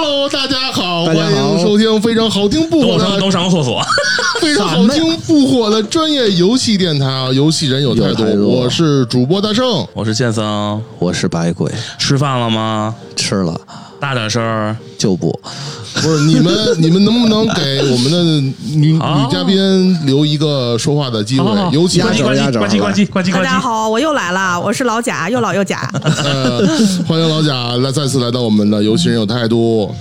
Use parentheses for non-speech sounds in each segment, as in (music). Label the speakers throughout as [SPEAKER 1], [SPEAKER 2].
[SPEAKER 1] Hello，大家好，
[SPEAKER 2] 大家好
[SPEAKER 1] 欢迎收听非常好听不
[SPEAKER 3] 等
[SPEAKER 1] 火
[SPEAKER 3] 我他妈
[SPEAKER 1] 的
[SPEAKER 3] 能上个厕所，
[SPEAKER 1] 非常好听不火的专业游戏电台啊！ (laughs) 游戏人有态度，
[SPEAKER 2] 有态度
[SPEAKER 1] 我是主播大圣。
[SPEAKER 3] (laughs) 我是剑僧，
[SPEAKER 2] 我是白鬼，
[SPEAKER 3] 吃饭了吗？
[SPEAKER 2] 吃了
[SPEAKER 3] 大点声儿，
[SPEAKER 2] 就不。
[SPEAKER 1] 不是你们，你们能不能给我们的女
[SPEAKER 3] 好
[SPEAKER 1] 女嘉宾留一个说话的机会
[SPEAKER 3] 好好好？
[SPEAKER 1] 尤其
[SPEAKER 2] 压轴
[SPEAKER 1] 是
[SPEAKER 2] 压轴
[SPEAKER 3] 关机
[SPEAKER 2] 啊好吧
[SPEAKER 3] 关机关机
[SPEAKER 4] 大
[SPEAKER 3] 关机
[SPEAKER 4] 家
[SPEAKER 3] 关机，
[SPEAKER 4] 好，我又来了，我是老贾，又老
[SPEAKER 2] (laughs)
[SPEAKER 4] 又贾。
[SPEAKER 1] 呃，欢迎老贾来再次来到我们的游戏人有态度。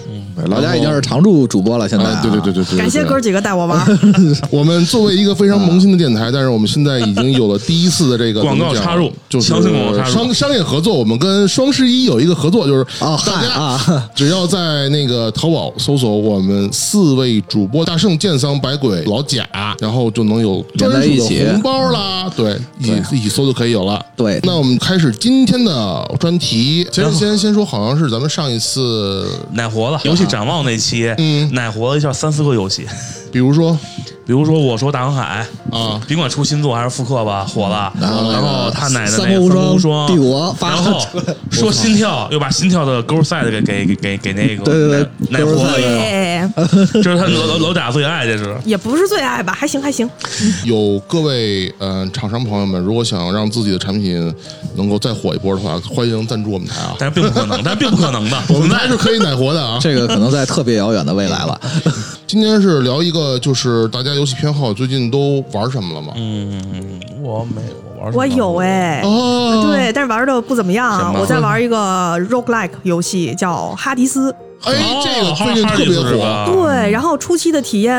[SPEAKER 2] 老家已经是常驻主播了，现在、
[SPEAKER 1] 啊，对对对对对，对
[SPEAKER 4] 感谢哥儿几个带我玩儿，
[SPEAKER 1] (laughs) 我们作为一个非常萌新的电台，但是我们现在已经有了第一次的这个
[SPEAKER 3] 广告
[SPEAKER 1] 怎么讲
[SPEAKER 3] 插入
[SPEAKER 1] 就是
[SPEAKER 3] 强行广告插入
[SPEAKER 1] 商商业合作。我们跟双十一有一个合作，就是
[SPEAKER 2] 哦
[SPEAKER 1] 大
[SPEAKER 2] 嗨
[SPEAKER 1] 家
[SPEAKER 2] 啊，
[SPEAKER 1] (laughs) 只要在那个淘宝搜索我们四位主播大圣、剑桑、百鬼、老贾，然后就能有专
[SPEAKER 2] 连在一
[SPEAKER 1] 属
[SPEAKER 2] 起
[SPEAKER 1] 的红包啦。对，一起一起搜就可以有了。
[SPEAKER 2] 对
[SPEAKER 1] 那我们开始今天的专题。先
[SPEAKER 3] 然后
[SPEAKER 1] 先先说，好像是咱们上一次，
[SPEAKER 3] 奶活了。游啊戏展望那期，
[SPEAKER 1] 嗯
[SPEAKER 3] 奶活了一下三四个游戏，
[SPEAKER 1] 比如说
[SPEAKER 3] 比如说我说大航海，
[SPEAKER 1] 啊，
[SPEAKER 3] 甭管出新作还是复刻吧，火了。
[SPEAKER 2] 嗯然后那个
[SPEAKER 3] 然后他奶的
[SPEAKER 2] 三
[SPEAKER 3] 那个
[SPEAKER 2] 国无
[SPEAKER 3] 三
[SPEAKER 2] 双
[SPEAKER 3] 国无双
[SPEAKER 2] 帝国发
[SPEAKER 3] 然后说心跳，又把心跳的勾赛的给给给给那个
[SPEAKER 2] 对对对
[SPEAKER 3] 奶奶活
[SPEAKER 2] 勾
[SPEAKER 3] 了
[SPEAKER 2] 赛
[SPEAKER 3] 一下，
[SPEAKER 4] 耶，
[SPEAKER 3] 这是他老老老贾最爱，这是。
[SPEAKER 4] 哎也不是最爱吧，还行还行。
[SPEAKER 1] 有各位嗯、呃厂商朋友们，如果想让自己的产品能够再火一波的话，欢迎赞助我们台啊，
[SPEAKER 3] (laughs) 但是并不可能，但是并不可能的。
[SPEAKER 1] 我
[SPEAKER 3] 我
[SPEAKER 1] 们
[SPEAKER 3] 们
[SPEAKER 1] 台
[SPEAKER 3] 在
[SPEAKER 1] 是可以奶活的
[SPEAKER 2] (laughs)
[SPEAKER 1] 啊。
[SPEAKER 2] 这个可能在特别遥远的未来
[SPEAKER 3] (laughs)
[SPEAKER 2] 了。
[SPEAKER 1] 今天是聊一个，就是大家游戏偏好最近都玩什么了吗？
[SPEAKER 3] 嗯，我没我玩什么
[SPEAKER 4] 我有哎，
[SPEAKER 1] 哦，，
[SPEAKER 4] 对，但是玩的不怎么
[SPEAKER 3] 什
[SPEAKER 4] 样。
[SPEAKER 3] 么
[SPEAKER 4] 我在玩一个 roguelike 游戏，叫《哈迪斯》。
[SPEAKER 1] 哎，这个
[SPEAKER 3] 哦
[SPEAKER 1] 最近特别火，。
[SPEAKER 2] 啊
[SPEAKER 4] 对，然后初期的体验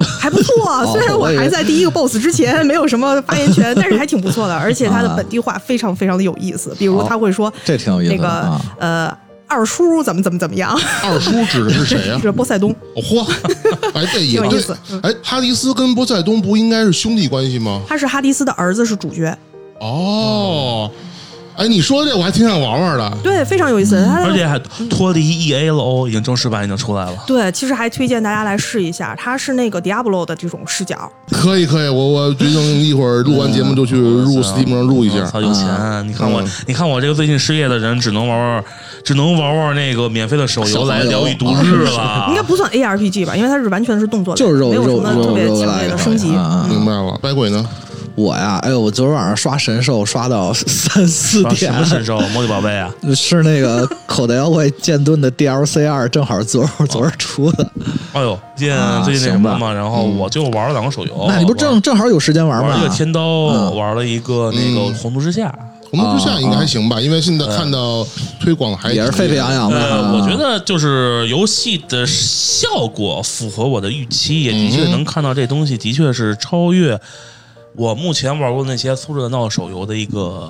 [SPEAKER 4] 还不
[SPEAKER 2] (laughs) 哦
[SPEAKER 4] 错，虽然我还在第一个 BOSS 之前没有什么发言权，但是还挺不错
[SPEAKER 2] (laughs)
[SPEAKER 4] 的。而且它的本地化非常非常的有意思，比如他会说
[SPEAKER 2] 啊这挺有意
[SPEAKER 4] 那
[SPEAKER 2] 思的、
[SPEAKER 4] 个
[SPEAKER 2] 啊。
[SPEAKER 4] 呃二叔怎么怎么怎么样，
[SPEAKER 1] 二叔指的是谁
[SPEAKER 4] (laughs)
[SPEAKER 1] 呀、
[SPEAKER 4] 这是波塞冬。
[SPEAKER 1] 哦嚯、哎，这也
[SPEAKER 4] 挺有
[SPEAKER 1] 对
[SPEAKER 4] 意思。
[SPEAKER 1] 哎，哈迪斯跟波塞冬不应该是兄弟关系吗？
[SPEAKER 4] 他是哈迪斯的儿子，是主角，
[SPEAKER 1] 哦，哎，你说这我还挺想玩玩的。
[SPEAKER 4] 对，非常有意思。他
[SPEAKER 3] 嗯而且还脱离 E A 了哦，已经正式版已经出来了。
[SPEAKER 4] 对，其实还推荐大家来试一下，它是那个 Diablo 的这种视角，
[SPEAKER 1] 可以可以，我我决定一会儿录完节目就去入 Steam 上录一嗯
[SPEAKER 3] 我
[SPEAKER 1] 下。
[SPEAKER 3] 操，嗯有钱！
[SPEAKER 2] 嗯
[SPEAKER 3] 啊你看我，你看我这个最近失业的人，只能玩玩，只能玩玩那个免费的手游来疗愈度日
[SPEAKER 2] 啊
[SPEAKER 3] 了。
[SPEAKER 4] 应该不算 ARPG 吧，因为它是完全是动作类，
[SPEAKER 2] 就是肉
[SPEAKER 4] 没有什
[SPEAKER 2] 肉
[SPEAKER 4] 么
[SPEAKER 2] 肉
[SPEAKER 4] 特别
[SPEAKER 2] 肉
[SPEAKER 4] 强烈的升级。
[SPEAKER 2] 啊
[SPEAKER 1] 明白了，百鬼呢？
[SPEAKER 2] 我呀，哎呦，我昨天晚上刷神兽刷到三四
[SPEAKER 3] 啊什
[SPEAKER 2] 点
[SPEAKER 3] 么，神兽？魔力宝贝啊！
[SPEAKER 2] 是那个口袋妖怪剑盾的 DLC 二，正好昨儿昨儿出的。
[SPEAKER 3] 哎呦，最近
[SPEAKER 2] 啊
[SPEAKER 3] 最近那什
[SPEAKER 2] 行吧嗯
[SPEAKER 3] 么嘛，然后我就玩了两个手游。
[SPEAKER 2] 那你不正正好有时间玩
[SPEAKER 3] 玩哦玩了一个
[SPEAKER 2] 吗？嗯
[SPEAKER 3] 天刀，玩了一个那
[SPEAKER 1] 嗯
[SPEAKER 3] 个红毒之下。
[SPEAKER 1] 我们之下应该还
[SPEAKER 3] 啊
[SPEAKER 1] 行吧，因为现在看到推广还
[SPEAKER 2] 也是沸沸扬扬的
[SPEAKER 3] 呃，
[SPEAKER 2] 啊。
[SPEAKER 3] 我觉得就是游戏的效果符合我的预期，也的确
[SPEAKER 2] 嗯
[SPEAKER 3] 能看到这东西的确是超热。我目前玩过那些粗制滥造手游的一个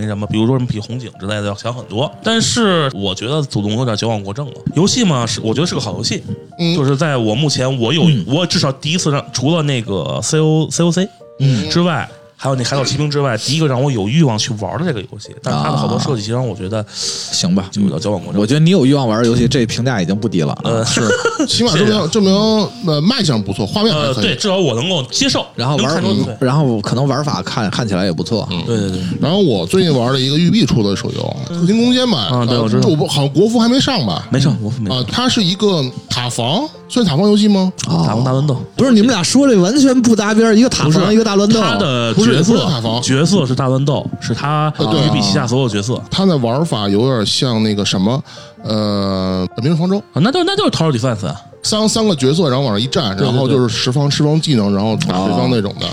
[SPEAKER 3] 那什么，比如说什么比红警之类的要强很多。但是我觉得祖宗有点矫枉过正了。游戏嘛，是我觉得是个好游戏，
[SPEAKER 1] 嗯
[SPEAKER 3] 就是在我目前我有、
[SPEAKER 2] 嗯
[SPEAKER 3] 我至少第一次让除了那个 C O C O C
[SPEAKER 1] 嗯
[SPEAKER 3] 之外。还有那《海岛奇兵》之外，第一个让我有欲望去玩的这个游戏，但是它的好多设计其实让我觉得
[SPEAKER 2] 啊行吧，
[SPEAKER 3] 就有点矫枉过正。
[SPEAKER 2] 我觉得你有欲望玩游戏，这评价已经不低了啊。
[SPEAKER 3] 呃，
[SPEAKER 1] 是，起码证
[SPEAKER 3] 谢谢
[SPEAKER 1] 明证明呃卖相不错，画面还
[SPEAKER 3] 啊呃，
[SPEAKER 1] 可
[SPEAKER 3] 对，
[SPEAKER 1] 以。
[SPEAKER 3] 至少我能够接受，
[SPEAKER 2] (laughs) 然后
[SPEAKER 3] 能
[SPEAKER 2] 玩
[SPEAKER 3] 看嗯出对，
[SPEAKER 2] 然后可能玩法看看起来也不错。
[SPEAKER 3] 对对对，
[SPEAKER 1] 然后我最近玩了一个育碧出的手游《特勤攻坚》吧，
[SPEAKER 3] 啊对
[SPEAKER 1] 呃
[SPEAKER 3] 我知道
[SPEAKER 1] 这不好像国服还没上吧？
[SPEAKER 3] 没事，我没
[SPEAKER 1] 啊，它是一个塔防，算塔防游戏吗？
[SPEAKER 3] 打过大乱斗。
[SPEAKER 2] 不是你们俩说这完全不搭边儿，一个塔
[SPEAKER 3] 不是
[SPEAKER 2] 防，一个大乱斗。
[SPEAKER 3] 他的
[SPEAKER 1] 不是
[SPEAKER 3] 角
[SPEAKER 1] 不是塔防
[SPEAKER 3] 色角色是大乱斗，是他
[SPEAKER 1] 呃对
[SPEAKER 3] 育碧旗下所有角色啊，
[SPEAKER 1] 它的玩法有点像那个什么，呃，《本命方舟》
[SPEAKER 3] 哦那就那就是 Tower Defense 啊。
[SPEAKER 1] 三三个角色，然后往上一站，
[SPEAKER 3] 对
[SPEAKER 1] 然后
[SPEAKER 3] 对
[SPEAKER 1] 就是十方十方技能，然后打对方那种的。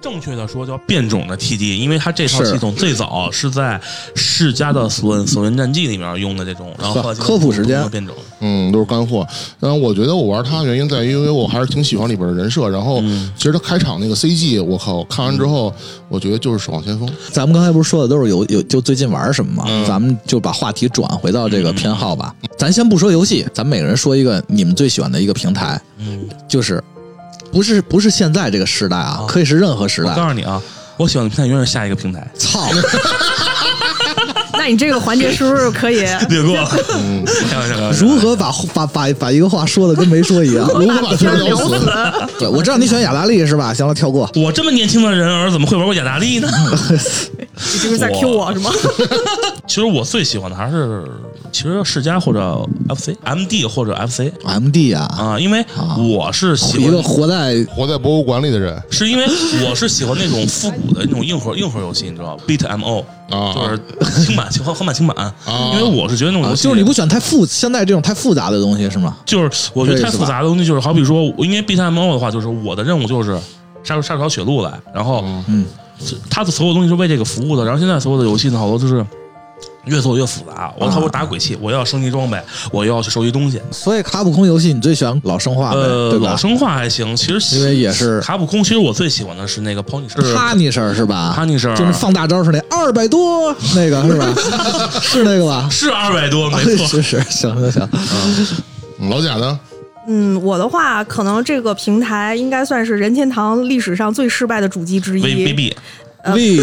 [SPEAKER 3] 正确的说叫变种的 TD，因为它这套
[SPEAKER 2] 是
[SPEAKER 3] 系统最早是在世嘉的索恩索恩战记里面用的这种，然后
[SPEAKER 2] 呵科普时间
[SPEAKER 3] 变种，
[SPEAKER 1] 嗯，都是干货。然后我觉得我玩它的原因在于，因为我还是挺喜欢里边的人设。然后，其实它开场那个 CG，我靠，看完之后，我觉得就是《守望先锋》。
[SPEAKER 2] 咱们刚才不是说的都是有有就最近玩什么吗？
[SPEAKER 1] 嗯
[SPEAKER 2] 咱们就把话题转回到这个偏好吧。咱先不说游戏，咱们每个人说一个你们最喜欢的一个平台，
[SPEAKER 3] 嗯，
[SPEAKER 2] 就是不是不是现在这个时代啊，可以是任何时
[SPEAKER 3] 我
[SPEAKER 2] 代。
[SPEAKER 3] 告诉你啊，我喜欢的平台永远是下一个平台。
[SPEAKER 2] 操！
[SPEAKER 4] 那你这个环节是不是
[SPEAKER 2] (laughs)
[SPEAKER 4] 可以？
[SPEAKER 3] 略过， (laughs) 开玩笑，开玩笑
[SPEAKER 2] 如何把把把把一个话说的跟没说一样？
[SPEAKER 1] 如何把天聊死？
[SPEAKER 2] 对，我知道你喜欢雅达利是吧？行了，跳过。
[SPEAKER 3] 我这么年轻的人儿怎么会玩过雅达利呢？
[SPEAKER 4] 你这是在 Q 我是吗？ (laughs)
[SPEAKER 3] 其实我最喜欢的还是其实世嘉或者 FC、MD 或者 FC
[SPEAKER 2] M D 啊，
[SPEAKER 3] 啊，因为我是喜
[SPEAKER 2] 一个
[SPEAKER 3] 欢，
[SPEAKER 2] 活在
[SPEAKER 1] 活在博物馆里的人
[SPEAKER 3] 是因为我是喜欢那种复古的那种硬核硬核游戏，你知道吧？Beat M O
[SPEAKER 1] 啊
[SPEAKER 3] 就是轻版轻横版轻版，因为我是觉得那种
[SPEAKER 2] 啊
[SPEAKER 3] 游戏
[SPEAKER 2] 就是你不喜欢太复现在这种太复杂的东西是吗？
[SPEAKER 3] 就是我觉得太复杂的东西，就是好比说，我因为 B 站 MO 的话，就是我的任务就是杀出杀出条血路来，然后
[SPEAKER 2] 嗯，
[SPEAKER 3] 它的所有东西是为这个服务的。然后现在所有的游戏呢，好多就是越做越复杂。我操，我打鬼泣，我要升级装备，我又要去收集东西。
[SPEAKER 2] 所以卡普空游戏你最喜欢老生化呗，
[SPEAKER 3] 呃，
[SPEAKER 2] 对吧
[SPEAKER 3] 老？生化还行，其实
[SPEAKER 2] 因为也是
[SPEAKER 3] 卡普空，其实我最喜欢的是那个 Pony 是
[SPEAKER 2] 哈尼事儿是吧？
[SPEAKER 3] Punisher
[SPEAKER 2] 就是啊放大招是那二百多那个是
[SPEAKER 3] (laughs)
[SPEAKER 2] 吧？是那个吧？
[SPEAKER 3] 是二百多，没
[SPEAKER 2] (laughs)
[SPEAKER 3] 错。
[SPEAKER 2] 是是，行行行，
[SPEAKER 1] 嗯老贾呢？
[SPEAKER 4] 嗯，我的话，可能这个平台应该算是任天堂历史上最失败的主机之
[SPEAKER 3] V
[SPEAKER 4] 一。
[SPEAKER 3] V B
[SPEAKER 4] 呃
[SPEAKER 2] V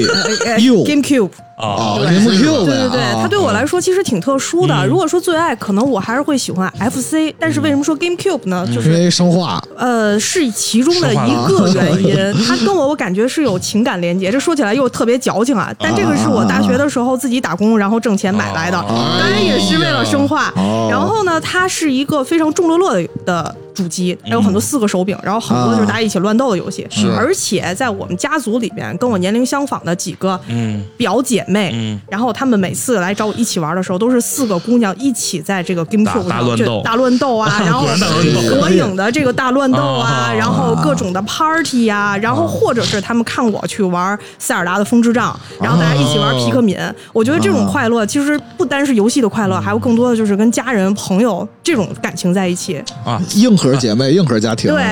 [SPEAKER 2] U
[SPEAKER 4] GameCube，
[SPEAKER 3] 啊
[SPEAKER 2] 啊
[SPEAKER 1] 对
[SPEAKER 2] ，M U 呗，
[SPEAKER 4] 对对对，
[SPEAKER 2] 啊
[SPEAKER 4] 它对我来说其实挺特殊的。
[SPEAKER 3] 嗯
[SPEAKER 4] 如果说最爱，可能我还是会喜欢 FC，但是为什么说 GameCube 呢？就
[SPEAKER 2] 因
[SPEAKER 4] 是
[SPEAKER 2] 为生化
[SPEAKER 4] 呃，是其中的一个原因。 (laughs) 它跟我我感觉是有情感连接，这说起来又特别矫情啊。但这个是我大学的时候自己打工然后挣钱买来的，
[SPEAKER 1] 啊
[SPEAKER 4] 当然也是为了生化。
[SPEAKER 2] 哦
[SPEAKER 4] 然后呢，它是一个非常众乐乐的主机，
[SPEAKER 3] 嗯
[SPEAKER 4] 它有很多四个手柄，然后很多
[SPEAKER 3] 啊
[SPEAKER 4] 就是大家一起乱斗的游戏。
[SPEAKER 1] 是
[SPEAKER 4] 而且在我们家族里边，跟我年龄相仿的几个
[SPEAKER 3] 嗯
[SPEAKER 4] 表姐妹，
[SPEAKER 3] 嗯
[SPEAKER 4] 然后她们每次来找我一起玩的时候，都是四个姑娘一起在这个 GameCube
[SPEAKER 3] 大大
[SPEAKER 4] 上
[SPEAKER 3] 乱
[SPEAKER 4] 就
[SPEAKER 3] 斗
[SPEAKER 4] 大乱
[SPEAKER 3] (laughs)
[SPEAKER 4] 斗啊，然后
[SPEAKER 3] 果然大乱
[SPEAKER 2] 斗
[SPEAKER 4] 火影的这个大乱斗啊，
[SPEAKER 3] (laughs) 啊
[SPEAKER 4] 然后各种的 party 啊，然后或者是他们看我去玩塞尔达的风之杖，然后大家一起玩皮克敏。
[SPEAKER 2] 哦
[SPEAKER 4] 我觉得这种快乐其实不单是游戏的快
[SPEAKER 2] 嗯
[SPEAKER 4] 乐，还有更多的就是跟家人、朋友这种感情在一起。
[SPEAKER 3] 啊。
[SPEAKER 2] 硬核姐
[SPEAKER 4] (laughs)
[SPEAKER 2] 妹、硬核家庭，
[SPEAKER 4] 对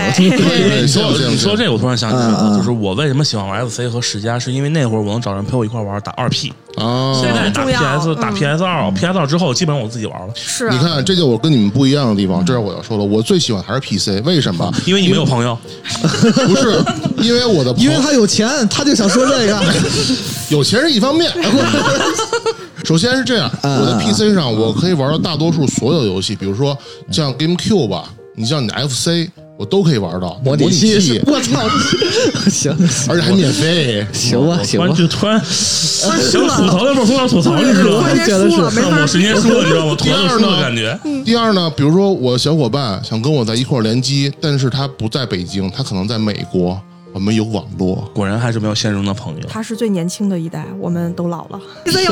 [SPEAKER 3] 你说
[SPEAKER 1] 羡慕羡慕
[SPEAKER 3] 你说这，我突然想起来
[SPEAKER 2] 嗯嗯
[SPEAKER 3] 了，就是我为什么喜欢玩 FC 和世嘉，是因为那会儿我能找人陪我一块玩打二 P，
[SPEAKER 1] 啊，
[SPEAKER 3] 现在打
[SPEAKER 4] 重要
[SPEAKER 3] PS 打
[SPEAKER 4] 嗯
[SPEAKER 3] PS 二，PS 二之后基本上我自己玩了，
[SPEAKER 4] 是
[SPEAKER 1] 你
[SPEAKER 4] 啊，
[SPEAKER 1] 看，这就我跟你们不一样的地方，这是我要说的。我最喜欢还是 PC，为什么？
[SPEAKER 3] 因为你没有朋友，
[SPEAKER 1] 不是因为我的朋
[SPEAKER 2] (laughs) 因
[SPEAKER 1] 友
[SPEAKER 2] 为他有钱，他就想说这
[SPEAKER 4] (laughs)
[SPEAKER 2] 个。
[SPEAKER 1] 有钱是一
[SPEAKER 2] (laughs)
[SPEAKER 1] 方面。首先是这样，
[SPEAKER 2] 嗯
[SPEAKER 1] 我的 PC 上我可以玩到大多数所有游戏，比如说
[SPEAKER 2] 嗯
[SPEAKER 1] 像 GameCube 吧，你像你的 FC，我都可以玩到
[SPEAKER 2] 模
[SPEAKER 1] 拟
[SPEAKER 2] 拟器， (laughs) 我操！ (laughs) 行
[SPEAKER 1] 而且还免费。
[SPEAKER 2] 行吧，
[SPEAKER 3] 我
[SPEAKER 2] 啊行
[SPEAKER 3] 突然
[SPEAKER 2] 吧，
[SPEAKER 3] 就突然想吐槽那会儿突然吐槽，你知道吗？
[SPEAKER 4] 关键
[SPEAKER 2] 觉得
[SPEAKER 4] 输了，
[SPEAKER 2] 是
[SPEAKER 4] 没
[SPEAKER 3] 让
[SPEAKER 4] 法
[SPEAKER 3] 我瞬间输了，你知道吗？
[SPEAKER 1] 第
[SPEAKER 3] 头
[SPEAKER 1] 二呢
[SPEAKER 3] 都输了感觉。
[SPEAKER 1] 第二呢，比如说我小伙伴想跟我在一块儿联机，但是他不在北京，他可能在美国，我们有网络。
[SPEAKER 3] 果然还是没有现实中的朋友。
[SPEAKER 4] 他是最年轻的一代，我们都老了。
[SPEAKER 3] 你说赢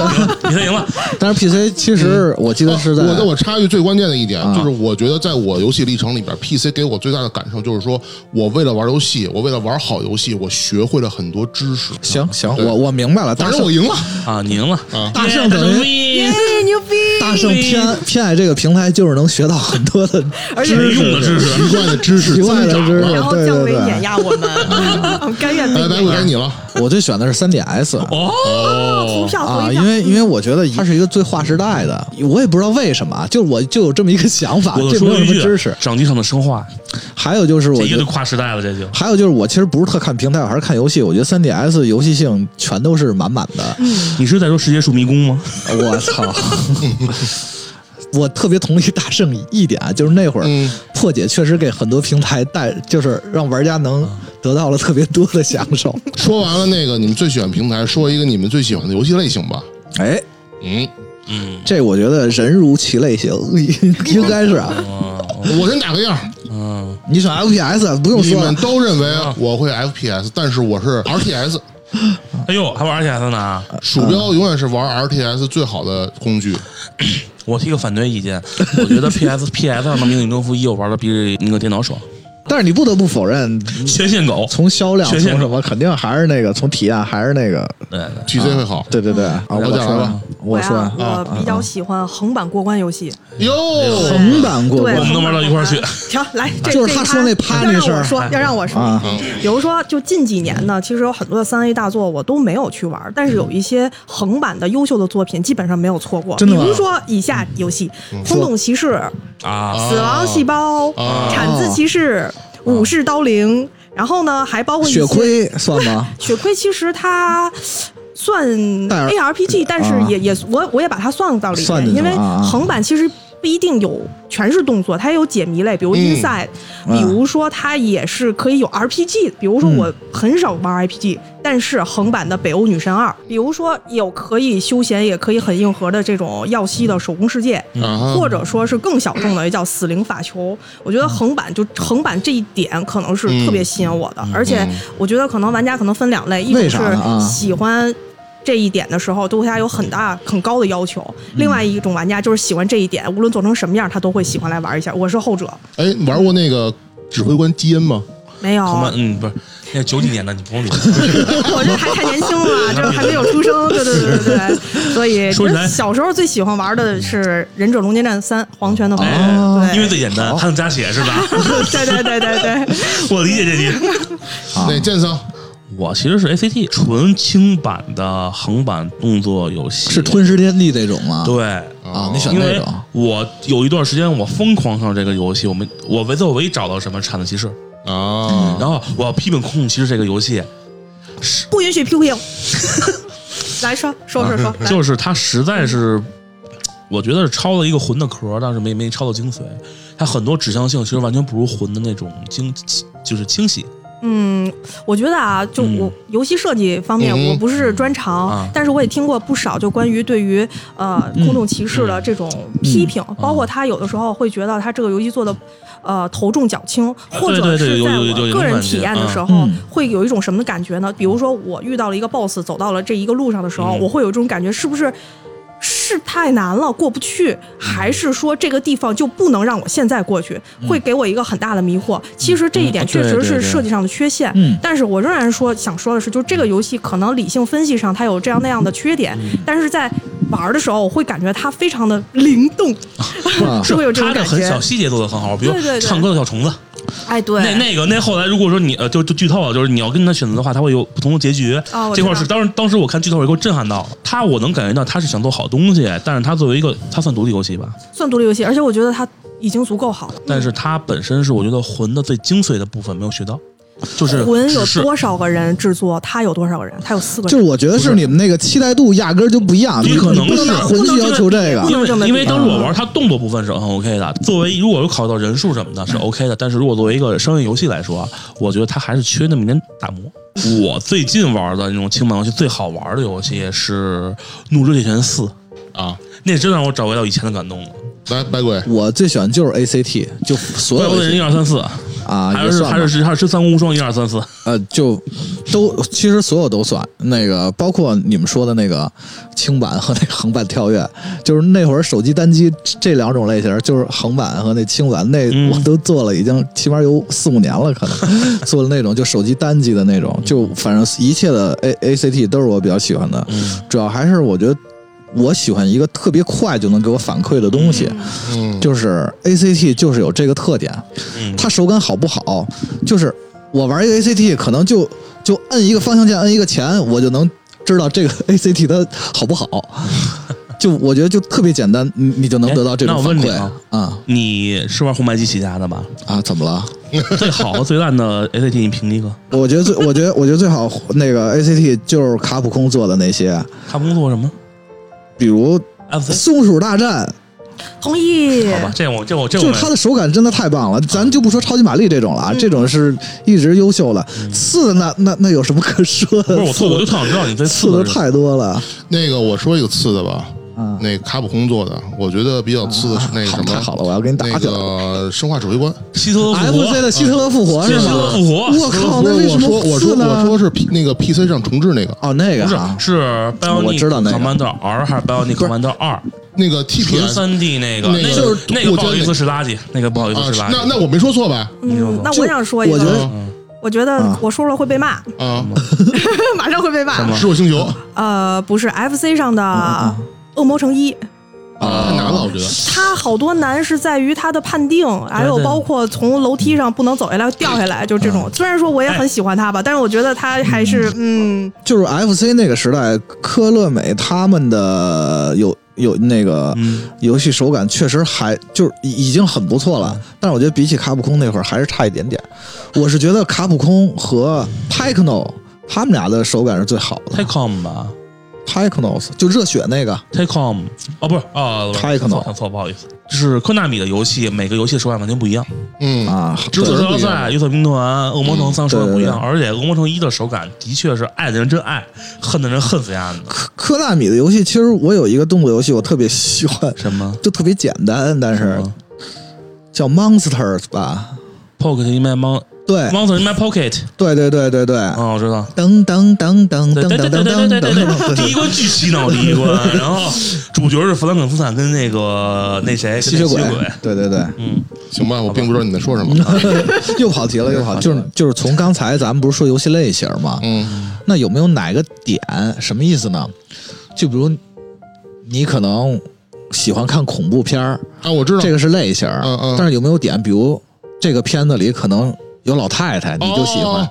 [SPEAKER 3] 了，
[SPEAKER 2] 但是 PC 其实我记得是在
[SPEAKER 1] 啊我那我插一句，最关键的一点、
[SPEAKER 2] 啊
[SPEAKER 1] 就是，我觉得在我游戏历程里边，PC 给我最大的感受就是说，我为了玩游戏，我为了玩好游戏，我学会了很多知识。
[SPEAKER 2] 行行，
[SPEAKER 1] 对
[SPEAKER 2] 我我明白了，
[SPEAKER 1] 反
[SPEAKER 2] 大
[SPEAKER 1] 正我
[SPEAKER 2] 圣
[SPEAKER 1] 赢了，
[SPEAKER 3] 啊，你赢了
[SPEAKER 1] 啊
[SPEAKER 2] 大圣等
[SPEAKER 3] 于
[SPEAKER 4] 哎，牛逼！
[SPEAKER 2] 大圣偏偏爱这个平台，就是能学到很多的
[SPEAKER 4] 而且
[SPEAKER 2] 知识
[SPEAKER 3] 用的知识
[SPEAKER 1] 奇怪的知识
[SPEAKER 2] 奇怪
[SPEAKER 1] 增
[SPEAKER 2] 的
[SPEAKER 1] 长
[SPEAKER 2] 知识
[SPEAKER 1] 了。
[SPEAKER 4] 然后降维碾压我们，嗯 (laughs) 甘愿
[SPEAKER 1] 来，
[SPEAKER 2] 哎
[SPEAKER 4] 被
[SPEAKER 1] 来，
[SPEAKER 4] 碾
[SPEAKER 1] 我
[SPEAKER 4] 压。
[SPEAKER 1] 该你了。
[SPEAKER 2] 我最选的是 3DS
[SPEAKER 4] 投
[SPEAKER 3] 哦，
[SPEAKER 4] 票
[SPEAKER 2] 啊，
[SPEAKER 4] 投一
[SPEAKER 2] 因
[SPEAKER 4] 票
[SPEAKER 2] 为因为我觉得它是一个最划时代的，我也不知道为什么啊，就是我就有这么一个想法，
[SPEAKER 3] 我
[SPEAKER 2] 这
[SPEAKER 3] 就
[SPEAKER 2] 没有什
[SPEAKER 3] 说一
[SPEAKER 2] 么
[SPEAKER 3] 句
[SPEAKER 2] 知识。
[SPEAKER 3] 掌机上的生化，
[SPEAKER 2] 还有就是
[SPEAKER 3] 这
[SPEAKER 2] 我
[SPEAKER 3] 一
[SPEAKER 2] 觉
[SPEAKER 3] 个
[SPEAKER 2] 得
[SPEAKER 3] 就跨时代了，这就。
[SPEAKER 2] 还有就是，我其实不是特看平台，我还是看游戏。我觉得 3DS 游戏性全都是满满的。
[SPEAKER 3] 你是在说《世界树迷宫》吗？
[SPEAKER 2] 我
[SPEAKER 3] (laughs)
[SPEAKER 2] 操！我特别同意大圣一点啊，就是那会儿、
[SPEAKER 1] 嗯
[SPEAKER 2] 破解确实给很多平台带，就是让玩家能得到了特别多的享受。
[SPEAKER 3] 嗯
[SPEAKER 1] 说完了那个你们最喜欢平台，说一个你们最喜欢的游戏类型吧。
[SPEAKER 2] 哎，
[SPEAKER 1] 嗯，
[SPEAKER 3] 嗯，
[SPEAKER 2] 这我觉得人如其类型，应该是啊。
[SPEAKER 1] 我先打个样，
[SPEAKER 3] 嗯，
[SPEAKER 2] 你选 FPS 不用
[SPEAKER 1] 你
[SPEAKER 2] 说
[SPEAKER 1] 们
[SPEAKER 2] 了，
[SPEAKER 1] 都认为我会 FPS，但是我是 RTS，
[SPEAKER 3] 哎呦，还玩 R T S 呢？
[SPEAKER 1] 鼠标永远是玩 RTS 最好的工具。
[SPEAKER 3] 我提个反对意见，我觉得 P S P S 上的《命令征服一》我玩的比那个电脑爽，
[SPEAKER 2] 但是你不得不否认，
[SPEAKER 3] 嗯缺陷狗。
[SPEAKER 2] 从销量
[SPEAKER 3] 缺
[SPEAKER 2] 从
[SPEAKER 3] 陷
[SPEAKER 2] 什么肯定还是那个，从体验还是那个，
[SPEAKER 3] 对对
[SPEAKER 1] GC 会好。
[SPEAKER 2] 对对对啊！我
[SPEAKER 1] 我讲
[SPEAKER 2] 说
[SPEAKER 1] 来吧
[SPEAKER 2] 啊，我
[SPEAKER 4] 呀
[SPEAKER 2] 说啊，
[SPEAKER 4] 我比较喜欢横版过关游戏，
[SPEAKER 1] 哟，
[SPEAKER 2] 横版过
[SPEAKER 4] 对，
[SPEAKER 2] 关
[SPEAKER 3] 我们能玩到一块儿去
[SPEAKER 4] 横版过关。行，来，这
[SPEAKER 2] 就是他说那趴
[SPEAKER 4] 这一
[SPEAKER 2] 那
[SPEAKER 4] 趴
[SPEAKER 2] 事儿
[SPEAKER 4] 要让我说，要让我说
[SPEAKER 2] 啊，
[SPEAKER 4] 比如说，就近几年呢，其实有很多的三 A 大作我都没有去玩，但是有一些横版的优秀的作品，基本上没有错过。
[SPEAKER 2] 真的吗嗯哦
[SPEAKER 4] 比如说以下游戏：《空洞骑士》
[SPEAKER 3] 啊
[SPEAKER 4] 《死亡细胞》
[SPEAKER 1] 啊
[SPEAKER 4] 《产自骑士》《武士刀灵》，然后呢，还包括一些
[SPEAKER 2] 血亏算吗？
[SPEAKER 4] 血亏其实它算
[SPEAKER 2] 但
[SPEAKER 4] ARPG，但是也也我我也把它算到里
[SPEAKER 2] 啊算进
[SPEAKER 4] 面，
[SPEAKER 2] 去了
[SPEAKER 4] 因为
[SPEAKER 2] 啊啊
[SPEAKER 4] 横版其实不一定有全是动作，它也有解谜类，比如 Inside，、
[SPEAKER 2] 嗯
[SPEAKER 4] 比如说它也是可以有 RPG，比如说我很少
[SPEAKER 2] 嗯
[SPEAKER 4] 玩 RPG，、但是横版的《北欧女神二》，比如说有可以休闲也可以很硬核的这种耀西的手工世界，
[SPEAKER 2] 嗯
[SPEAKER 1] 啊哈
[SPEAKER 4] 或者说是更小众的，也叫死灵法球。我觉得横版
[SPEAKER 2] 嗯
[SPEAKER 4] 就横版这一点可能是特别吸引我的，而且我觉得可能玩家可能分两类，一种
[SPEAKER 2] 为啥呢啊
[SPEAKER 4] 是喜欢。这一点的时候，对玩家有很大很高的要求。另外一种玩家就是喜欢这一点，无论做成什么样，他都会喜欢来玩一下。我是后者，
[SPEAKER 1] 哎，你玩过那个指挥官基恩吗？
[SPEAKER 4] 没有，
[SPEAKER 3] 他妈，
[SPEAKER 4] 我
[SPEAKER 3] 嗯，不是，那九几年的，你不用理他。
[SPEAKER 4] 这还太年轻了，这还没有出生。对对对对对，所以
[SPEAKER 3] 说起来
[SPEAKER 4] 小时候最喜欢玩的是《忍者龙剑战三》黄泉的王，
[SPEAKER 2] 哦
[SPEAKER 4] 对
[SPEAKER 3] 因为最简单，还能加血是吧？ (laughs)
[SPEAKER 4] (laughs) 对对对对对，
[SPEAKER 3] 我理解这题。
[SPEAKER 2] 啊
[SPEAKER 1] 那剑僧
[SPEAKER 3] 我其实是 ACT 纯轻版的横版动作游戏，
[SPEAKER 2] 是吞食天地那种吗？
[SPEAKER 3] 对。
[SPEAKER 2] 啊，你选
[SPEAKER 3] 因
[SPEAKER 2] 那
[SPEAKER 3] 为
[SPEAKER 2] 种
[SPEAKER 3] 我有一段时间我疯狂上这个游戏，我们我唯我唯一找到什么铲子骑士，
[SPEAKER 1] 啊，
[SPEAKER 3] 然后我要批评空骑士这个游戏，
[SPEAKER 4] 不允许 PUA 来说说说说，来
[SPEAKER 3] 就是它实在是，我觉得是抄了一个魂的壳，但是没没抄到精髓，它很多指向性其实完全不如魂的那种精，就是清晰。
[SPEAKER 4] 嗯，我觉得啊，就
[SPEAKER 3] 嗯
[SPEAKER 4] 我游戏设计方面
[SPEAKER 1] 嗯
[SPEAKER 4] 我不是专长
[SPEAKER 3] 啊，嗯
[SPEAKER 4] 但是我也听过不少就关于对于呃空洞骑士的这种批评，包括他有的时候会觉得他这个游戏做的呃头重脚轻，或者
[SPEAKER 3] 啊对对
[SPEAKER 4] 是
[SPEAKER 3] 有
[SPEAKER 4] 在
[SPEAKER 3] 有有有
[SPEAKER 4] 我
[SPEAKER 3] 有
[SPEAKER 4] 个
[SPEAKER 3] 那种
[SPEAKER 4] 人
[SPEAKER 3] 感觉
[SPEAKER 4] 体验的时候
[SPEAKER 2] 嗯
[SPEAKER 4] 会有一种什么感觉呢？比如说我遇到了一个 BOSS，走到了这一个路上的时候，
[SPEAKER 3] 嗯
[SPEAKER 4] 我会有一种感觉，是不是？是太难了，过不去，
[SPEAKER 3] 嗯
[SPEAKER 4] 还是说这个地方就不能让我现在过去，会给我一个很大的迷惑。其实这一点
[SPEAKER 3] 嗯
[SPEAKER 4] 确
[SPEAKER 3] 对
[SPEAKER 4] 实
[SPEAKER 3] 对
[SPEAKER 4] 是
[SPEAKER 3] 对
[SPEAKER 4] 设计上的缺陷，
[SPEAKER 2] 嗯
[SPEAKER 4] 但是我仍然说想说的是，就是这个游戏可能理性分析上它有这样那样的缺点，
[SPEAKER 3] 嗯
[SPEAKER 4] 但是在玩的时候我会感觉它非常的灵动，
[SPEAKER 2] 啊
[SPEAKER 4] (laughs) 是会有这种
[SPEAKER 3] 它的
[SPEAKER 4] 感
[SPEAKER 3] 很
[SPEAKER 4] 觉
[SPEAKER 3] 小。细节做的很好，比如
[SPEAKER 4] 对对对
[SPEAKER 3] 唱歌的小虫子，
[SPEAKER 4] 哎，对，
[SPEAKER 3] 那那个那后来如果说你呃就就剧透了，就是你要跟他选择的话，他会有不同的结局。
[SPEAKER 4] 哦我知道
[SPEAKER 3] 这块是当时当时我看剧透也给我震撼到了，他我能感觉到他是想做好东西，但是他作为一个他算独立游戏吧，
[SPEAKER 4] 算独立游戏，而且我觉得它已经足够好了。
[SPEAKER 3] 但是他本身是我觉得魂的最精髓的部分没有学到，就是
[SPEAKER 4] 魂有
[SPEAKER 3] 只是
[SPEAKER 4] 多少个人制作？它有多少个人？它有四个
[SPEAKER 2] 就
[SPEAKER 4] 人。
[SPEAKER 2] 是我觉得是你们那个期待度压根儿就不一样，
[SPEAKER 3] 也
[SPEAKER 2] 你
[SPEAKER 3] 可能
[SPEAKER 2] 啊你不能拿
[SPEAKER 3] 是
[SPEAKER 2] 魂去要求这啊
[SPEAKER 4] 不
[SPEAKER 2] 个
[SPEAKER 4] 能。
[SPEAKER 3] 因
[SPEAKER 4] 这
[SPEAKER 3] 为
[SPEAKER 4] 么比啊
[SPEAKER 3] 因为当时我玩它动作部分是很 OK 的，作为如果有考虑到人数什么的是 OK 的，但是如果作为一个商业游戏来说，我觉得它还是缺那么一点打磨。我最近玩的那种轻版游戏最好玩的游戏是《怒之铁拳四》，
[SPEAKER 1] 啊，
[SPEAKER 3] 那真让我找回到以前的感动了。
[SPEAKER 1] 来白鬼，
[SPEAKER 2] 我最喜欢就是 ACT，就所
[SPEAKER 3] 怪
[SPEAKER 2] 有
[SPEAKER 3] 物猎人一
[SPEAKER 2] 的
[SPEAKER 3] 二三四，
[SPEAKER 2] 啊，
[SPEAKER 3] 还
[SPEAKER 2] 也
[SPEAKER 3] 是
[SPEAKER 2] 算吧
[SPEAKER 3] 还是是还是三国无双一二三四，
[SPEAKER 2] 呃，就都其实所有都算那个，包括你们说的那个轻版和那横版跳跃，就是那会儿手机单机这两种类型，就是横版和那轻版，那
[SPEAKER 3] 嗯
[SPEAKER 2] 我都做了，已经起码有四五年了，可能做了那种就手机单机的那种，就反正一切的 A A C T 都是我比较喜欢的，主要还是我觉得我喜欢一个特别快就能给我反馈的东西，
[SPEAKER 1] 嗯，
[SPEAKER 2] 就是 A C T 就是有这个特点，
[SPEAKER 3] 嗯，
[SPEAKER 2] 它手感好不好，就是我玩一个 ACT，可能就就摁一个方向键，摁一个前，我就能知道这个 (laughs) ACT 它好不好。就我觉得就特别简单，你你就能得到这种
[SPEAKER 3] 哎那我
[SPEAKER 2] 反
[SPEAKER 3] 问你
[SPEAKER 2] 馈
[SPEAKER 3] 啊
[SPEAKER 2] 啊
[SPEAKER 3] 你是玩红白机起家的吧？
[SPEAKER 2] 啊！怎么了？
[SPEAKER 3] 最好和最烂的 ACT 你评一个，
[SPEAKER 2] 我觉得最 (laughs) 我觉得我觉得最好那个 ACT 就是卡普空做的那些，
[SPEAKER 3] 他工作什么
[SPEAKER 2] 比如
[SPEAKER 3] FC？
[SPEAKER 2] 松鼠大战，
[SPEAKER 4] 同意。
[SPEAKER 3] 好吧，这我这我这我嗯
[SPEAKER 2] 就是它的手感真的太棒了。咱就不说超级玛丽这种了啊，这种是一直优秀了。次那那那有什么可说的？
[SPEAKER 3] 不是我错，我就特想知道你最
[SPEAKER 2] 次
[SPEAKER 3] 次
[SPEAKER 2] 的
[SPEAKER 3] 的是
[SPEAKER 2] 太多了
[SPEAKER 1] 那个我说一个次的吧，
[SPEAKER 2] 啊。
[SPEAKER 1] 那卡普空做的，我觉得比较次的是那个什
[SPEAKER 2] 好太
[SPEAKER 1] 么，
[SPEAKER 2] 好了，我要给你打
[SPEAKER 1] 那
[SPEAKER 2] 起来。
[SPEAKER 1] 个生化指挥官。
[SPEAKER 3] 希特勒复
[SPEAKER 2] F
[SPEAKER 3] 活
[SPEAKER 2] C 的希特勒复活是
[SPEAKER 3] 希特
[SPEAKER 2] 吗
[SPEAKER 3] 勒？复活
[SPEAKER 2] 我靠，哦那为什么
[SPEAKER 1] 我说我说
[SPEAKER 2] 四呢
[SPEAKER 1] 我说是 P 那个 PC 上重置那个
[SPEAKER 2] 哦，那个
[SPEAKER 3] 不是
[SPEAKER 2] 啊，
[SPEAKER 3] 是 b i o
[SPEAKER 2] 我
[SPEAKER 3] n i
[SPEAKER 2] 知
[SPEAKER 3] c
[SPEAKER 2] 道那个
[SPEAKER 3] Commander R 还是 b i o n i c
[SPEAKER 2] 不是
[SPEAKER 3] Commander 二？
[SPEAKER 1] 那个
[SPEAKER 3] 纯
[SPEAKER 1] TPS
[SPEAKER 3] 三 D 那个，
[SPEAKER 1] 那个
[SPEAKER 3] 那
[SPEAKER 1] 就是
[SPEAKER 3] 那个
[SPEAKER 1] 我
[SPEAKER 3] 不
[SPEAKER 1] 觉得
[SPEAKER 3] 好意
[SPEAKER 1] 那
[SPEAKER 3] 思是垃圾，那个不好意
[SPEAKER 1] 啊
[SPEAKER 3] 思是，垃圾。
[SPEAKER 1] 那那我没说错吧？
[SPEAKER 4] 嗯，那
[SPEAKER 2] 就
[SPEAKER 4] 我想说一
[SPEAKER 2] 我觉
[SPEAKER 4] 个
[SPEAKER 2] 得，
[SPEAKER 4] 我觉得
[SPEAKER 2] 啊
[SPEAKER 4] 我说了会被骂，
[SPEAKER 1] 啊，
[SPEAKER 4] 马上会被骂。
[SPEAKER 2] 嗯
[SPEAKER 1] 失落星球
[SPEAKER 4] 呃，不是 FC 上的《恶魔城一》，
[SPEAKER 2] 嗯
[SPEAKER 1] 太难了，我觉得。嗯
[SPEAKER 4] 它好多难是在于它的判定，还有
[SPEAKER 3] 对
[SPEAKER 4] 包括从楼梯上不能走下来掉下来，就这种。虽然说我也很喜欢它吧，但是我觉得它还是嗯，
[SPEAKER 2] 就是 F C 那个时代，科乐美他们的有有那个
[SPEAKER 3] 嗯
[SPEAKER 2] 游戏手感确实还就是已已经很不错了，但是我觉得比起卡普空那会儿还是差一点点。我是觉得卡普空和 Techno 他们俩的手感是最好的。
[SPEAKER 3] ，Techcom 吧，
[SPEAKER 2] Technos，就热血那个
[SPEAKER 3] Tacom 哦，不是啊，不是
[SPEAKER 2] Tecno
[SPEAKER 3] 错错，不好意思，就是科纳米的游戏，每个游戏手感完全不一样。
[SPEAKER 1] 嗯
[SPEAKER 2] 啊，
[SPEAKER 3] 只子
[SPEAKER 2] 对
[SPEAKER 3] 特要塞、约瑟兵团、恶魔城三手感不一样，
[SPEAKER 2] 对
[SPEAKER 3] 而且恶魔城一的手感的确是爱的人真爱，恨的人恨死丫的。
[SPEAKER 2] 科科纳米的游戏，其实我有一个动作游戏，我特别喜欢，
[SPEAKER 3] 什么？
[SPEAKER 2] 就特别简单，但是叫 Monsters 吧？
[SPEAKER 3] Pocket in my mon
[SPEAKER 2] 对，
[SPEAKER 3] monster in my pocket。
[SPEAKER 2] 对对对对对，
[SPEAKER 3] 哦，我知道。
[SPEAKER 2] 噔噔噔嗯噔噔
[SPEAKER 3] 对
[SPEAKER 2] 噔
[SPEAKER 3] 对
[SPEAKER 2] 噔
[SPEAKER 3] 对对
[SPEAKER 2] 噔
[SPEAKER 3] 对对对
[SPEAKER 2] 噔，
[SPEAKER 3] 对，第一关巨洗脑，第一关。然后主角是弗兰肯斯坦跟那个那谁
[SPEAKER 2] 吸
[SPEAKER 3] 跟
[SPEAKER 2] 血鬼
[SPEAKER 3] 那吸血鬼。，
[SPEAKER 2] 对对对， (laughs)
[SPEAKER 3] 嗯，
[SPEAKER 1] 行吧，我并不知道你在说什
[SPEAKER 2] 嗯
[SPEAKER 1] 么。
[SPEAKER 2] 又跑题了，又跑题了，就是就是从刚才咱们不是说游戏类型吗？
[SPEAKER 1] 嗯
[SPEAKER 2] 那有没有哪个点什么意思呢？就比如你可能喜欢看恐怖片儿，
[SPEAKER 1] 啊，我知道
[SPEAKER 2] 这个是类型，
[SPEAKER 1] 嗯嗯
[SPEAKER 2] 但是有没有点，比如这个片子里可能有老太太，你就喜欢
[SPEAKER 1] 哦，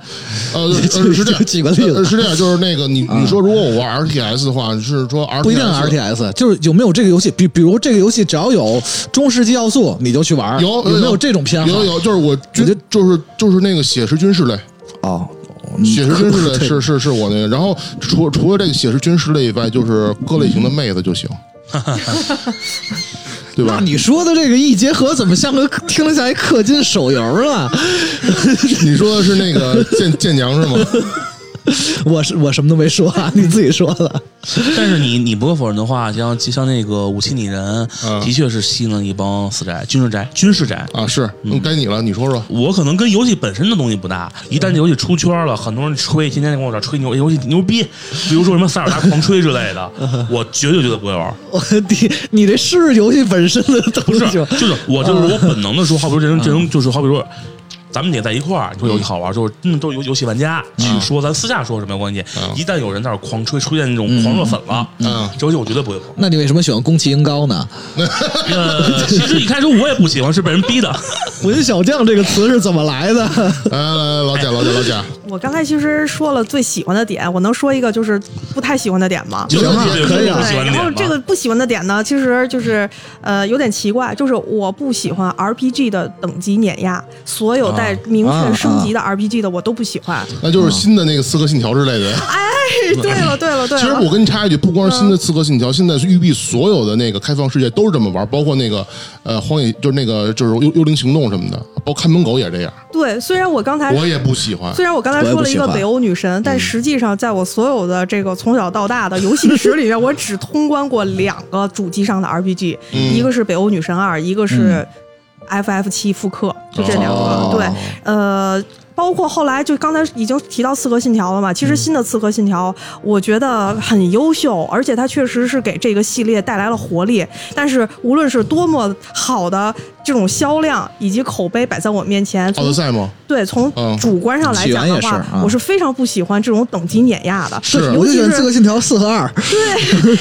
[SPEAKER 2] (laughs)
[SPEAKER 1] 呃，呃是这样，
[SPEAKER 2] 举个例子嗯
[SPEAKER 1] 呃是这样，就是那个你你说，如果我玩 RTS 的话，是说 RTS
[SPEAKER 2] 不一定 RTS，就是有没有这个游戏，比比如这个游戏只要有中世纪要素，你就去玩儿，
[SPEAKER 1] 有
[SPEAKER 2] 有没有这种偏好？
[SPEAKER 1] 有有，就是我
[SPEAKER 2] 我觉
[SPEAKER 1] 军
[SPEAKER 2] 得
[SPEAKER 1] 就是就是那个写实军事类，
[SPEAKER 2] 哦，
[SPEAKER 1] 写实军事类
[SPEAKER 2] (laughs) 对
[SPEAKER 1] 是是是我那个。然后除除了这个写实军事类以外，就是各类型的妹子就行，对
[SPEAKER 2] 那
[SPEAKER 1] 吧？
[SPEAKER 2] 啊你说的这个一结合，怎么像个听着像一氪金手游啊？
[SPEAKER 1] 你说的是那个剑剑娘是吗？
[SPEAKER 2] 我是我什么都没说啊，你自己说的。
[SPEAKER 3] 但是你你不可否认的话，像像那个武器拟人，
[SPEAKER 1] 嗯
[SPEAKER 3] 的确是吸引了一帮死宅、军事宅、军事宅。
[SPEAKER 1] 啊，是，嗯，该你了，你说说。
[SPEAKER 3] 我可能跟游戏本身的东西不搭，一旦这游戏出圈了，很多人吹，天天跟我这儿吹牛，哎游戏牛逼，比如说什么塞尔达狂吹之类的， (laughs) 我绝对绝对不会玩。
[SPEAKER 2] 我你你这是游戏本身的
[SPEAKER 3] 不
[SPEAKER 2] 东
[SPEAKER 3] 是，
[SPEAKER 2] 西吗？
[SPEAKER 3] (laughs) 就是我就是我本能的说，好比说这种这种，就是好比说。咱们得在一块儿，你说游戏好玩，就是真的都是游游戏玩家去说，咱私下说是没有关系。
[SPEAKER 1] 嗯
[SPEAKER 3] 一旦有人在那儿狂吹，出现那种狂热粉了，
[SPEAKER 1] 嗯
[SPEAKER 3] 这游戏我绝对不会碰。
[SPEAKER 2] 那你为什么喜欢宫崎英高呢？
[SPEAKER 3] 呃，其实一开始我也不喜欢，是被人逼的。
[SPEAKER 2] 文小将这个词是怎么来的？ (laughs)
[SPEAKER 1] 来来来，老贾，老贾，老贾，
[SPEAKER 4] 我刚才其实说了最喜欢的点，我能说一个就是不太喜欢的点吗？
[SPEAKER 3] 就是
[SPEAKER 2] 行啊
[SPEAKER 3] 这个
[SPEAKER 2] 可以啊
[SPEAKER 3] 不喜
[SPEAKER 4] 对，
[SPEAKER 3] 欢
[SPEAKER 4] 然
[SPEAKER 3] 点
[SPEAKER 4] 后
[SPEAKER 3] 嘛
[SPEAKER 4] 这个不喜欢的点呢，其实就是呃有点奇怪，就是我不喜欢 RPG 的等级碾压，所有带明确升级的 RPG 的我都不喜欢。
[SPEAKER 1] 那就是新的那个《刺客信条》之类的。
[SPEAKER 4] (laughs) 哎，对了对了对
[SPEAKER 1] 其
[SPEAKER 4] 啊了，
[SPEAKER 1] 实我跟你插一句，不光是新的《刺客信条》，现在是育碧所有的那个开放世界都是这么玩，包括那个呃《荒野》，就是那个就是幽《幽灵行动》什么的，包括看门狗也这样，
[SPEAKER 4] 对，虽然我刚才
[SPEAKER 1] 我也不喜欢。嗯
[SPEAKER 4] 虽然我刚才说了一个北欧女神，但实际上在我所有的这个从小到大的游戏史里面，我只通关过两个主机上的 RPG，、一
[SPEAKER 1] 嗯
[SPEAKER 4] 个是《北欧女神二》，一个是 FF 七复刻，就这两个。
[SPEAKER 2] 哦
[SPEAKER 4] 对，呃。包括后来就刚才已经提到《刺客信条》了嘛，其
[SPEAKER 1] 嗯
[SPEAKER 4] 实新的《刺客信条》我觉得很优秀，而且它确实是给这个系列带来了活力。但是无论是多么好的这种销量以及口碑摆在我面前，
[SPEAKER 1] 奥
[SPEAKER 4] 从
[SPEAKER 1] 德赛吗？
[SPEAKER 4] 对，从
[SPEAKER 1] 嗯
[SPEAKER 4] 主观上来讲的
[SPEAKER 2] 起源
[SPEAKER 4] 话
[SPEAKER 2] 也，是啊
[SPEAKER 4] 我是非常不喜欢这种等级碾压的，
[SPEAKER 1] 是
[SPEAKER 4] 尤
[SPEAKER 2] 我就
[SPEAKER 4] 其
[SPEAKER 2] 选《刺客
[SPEAKER 4] 是
[SPEAKER 2] 信条》四和二。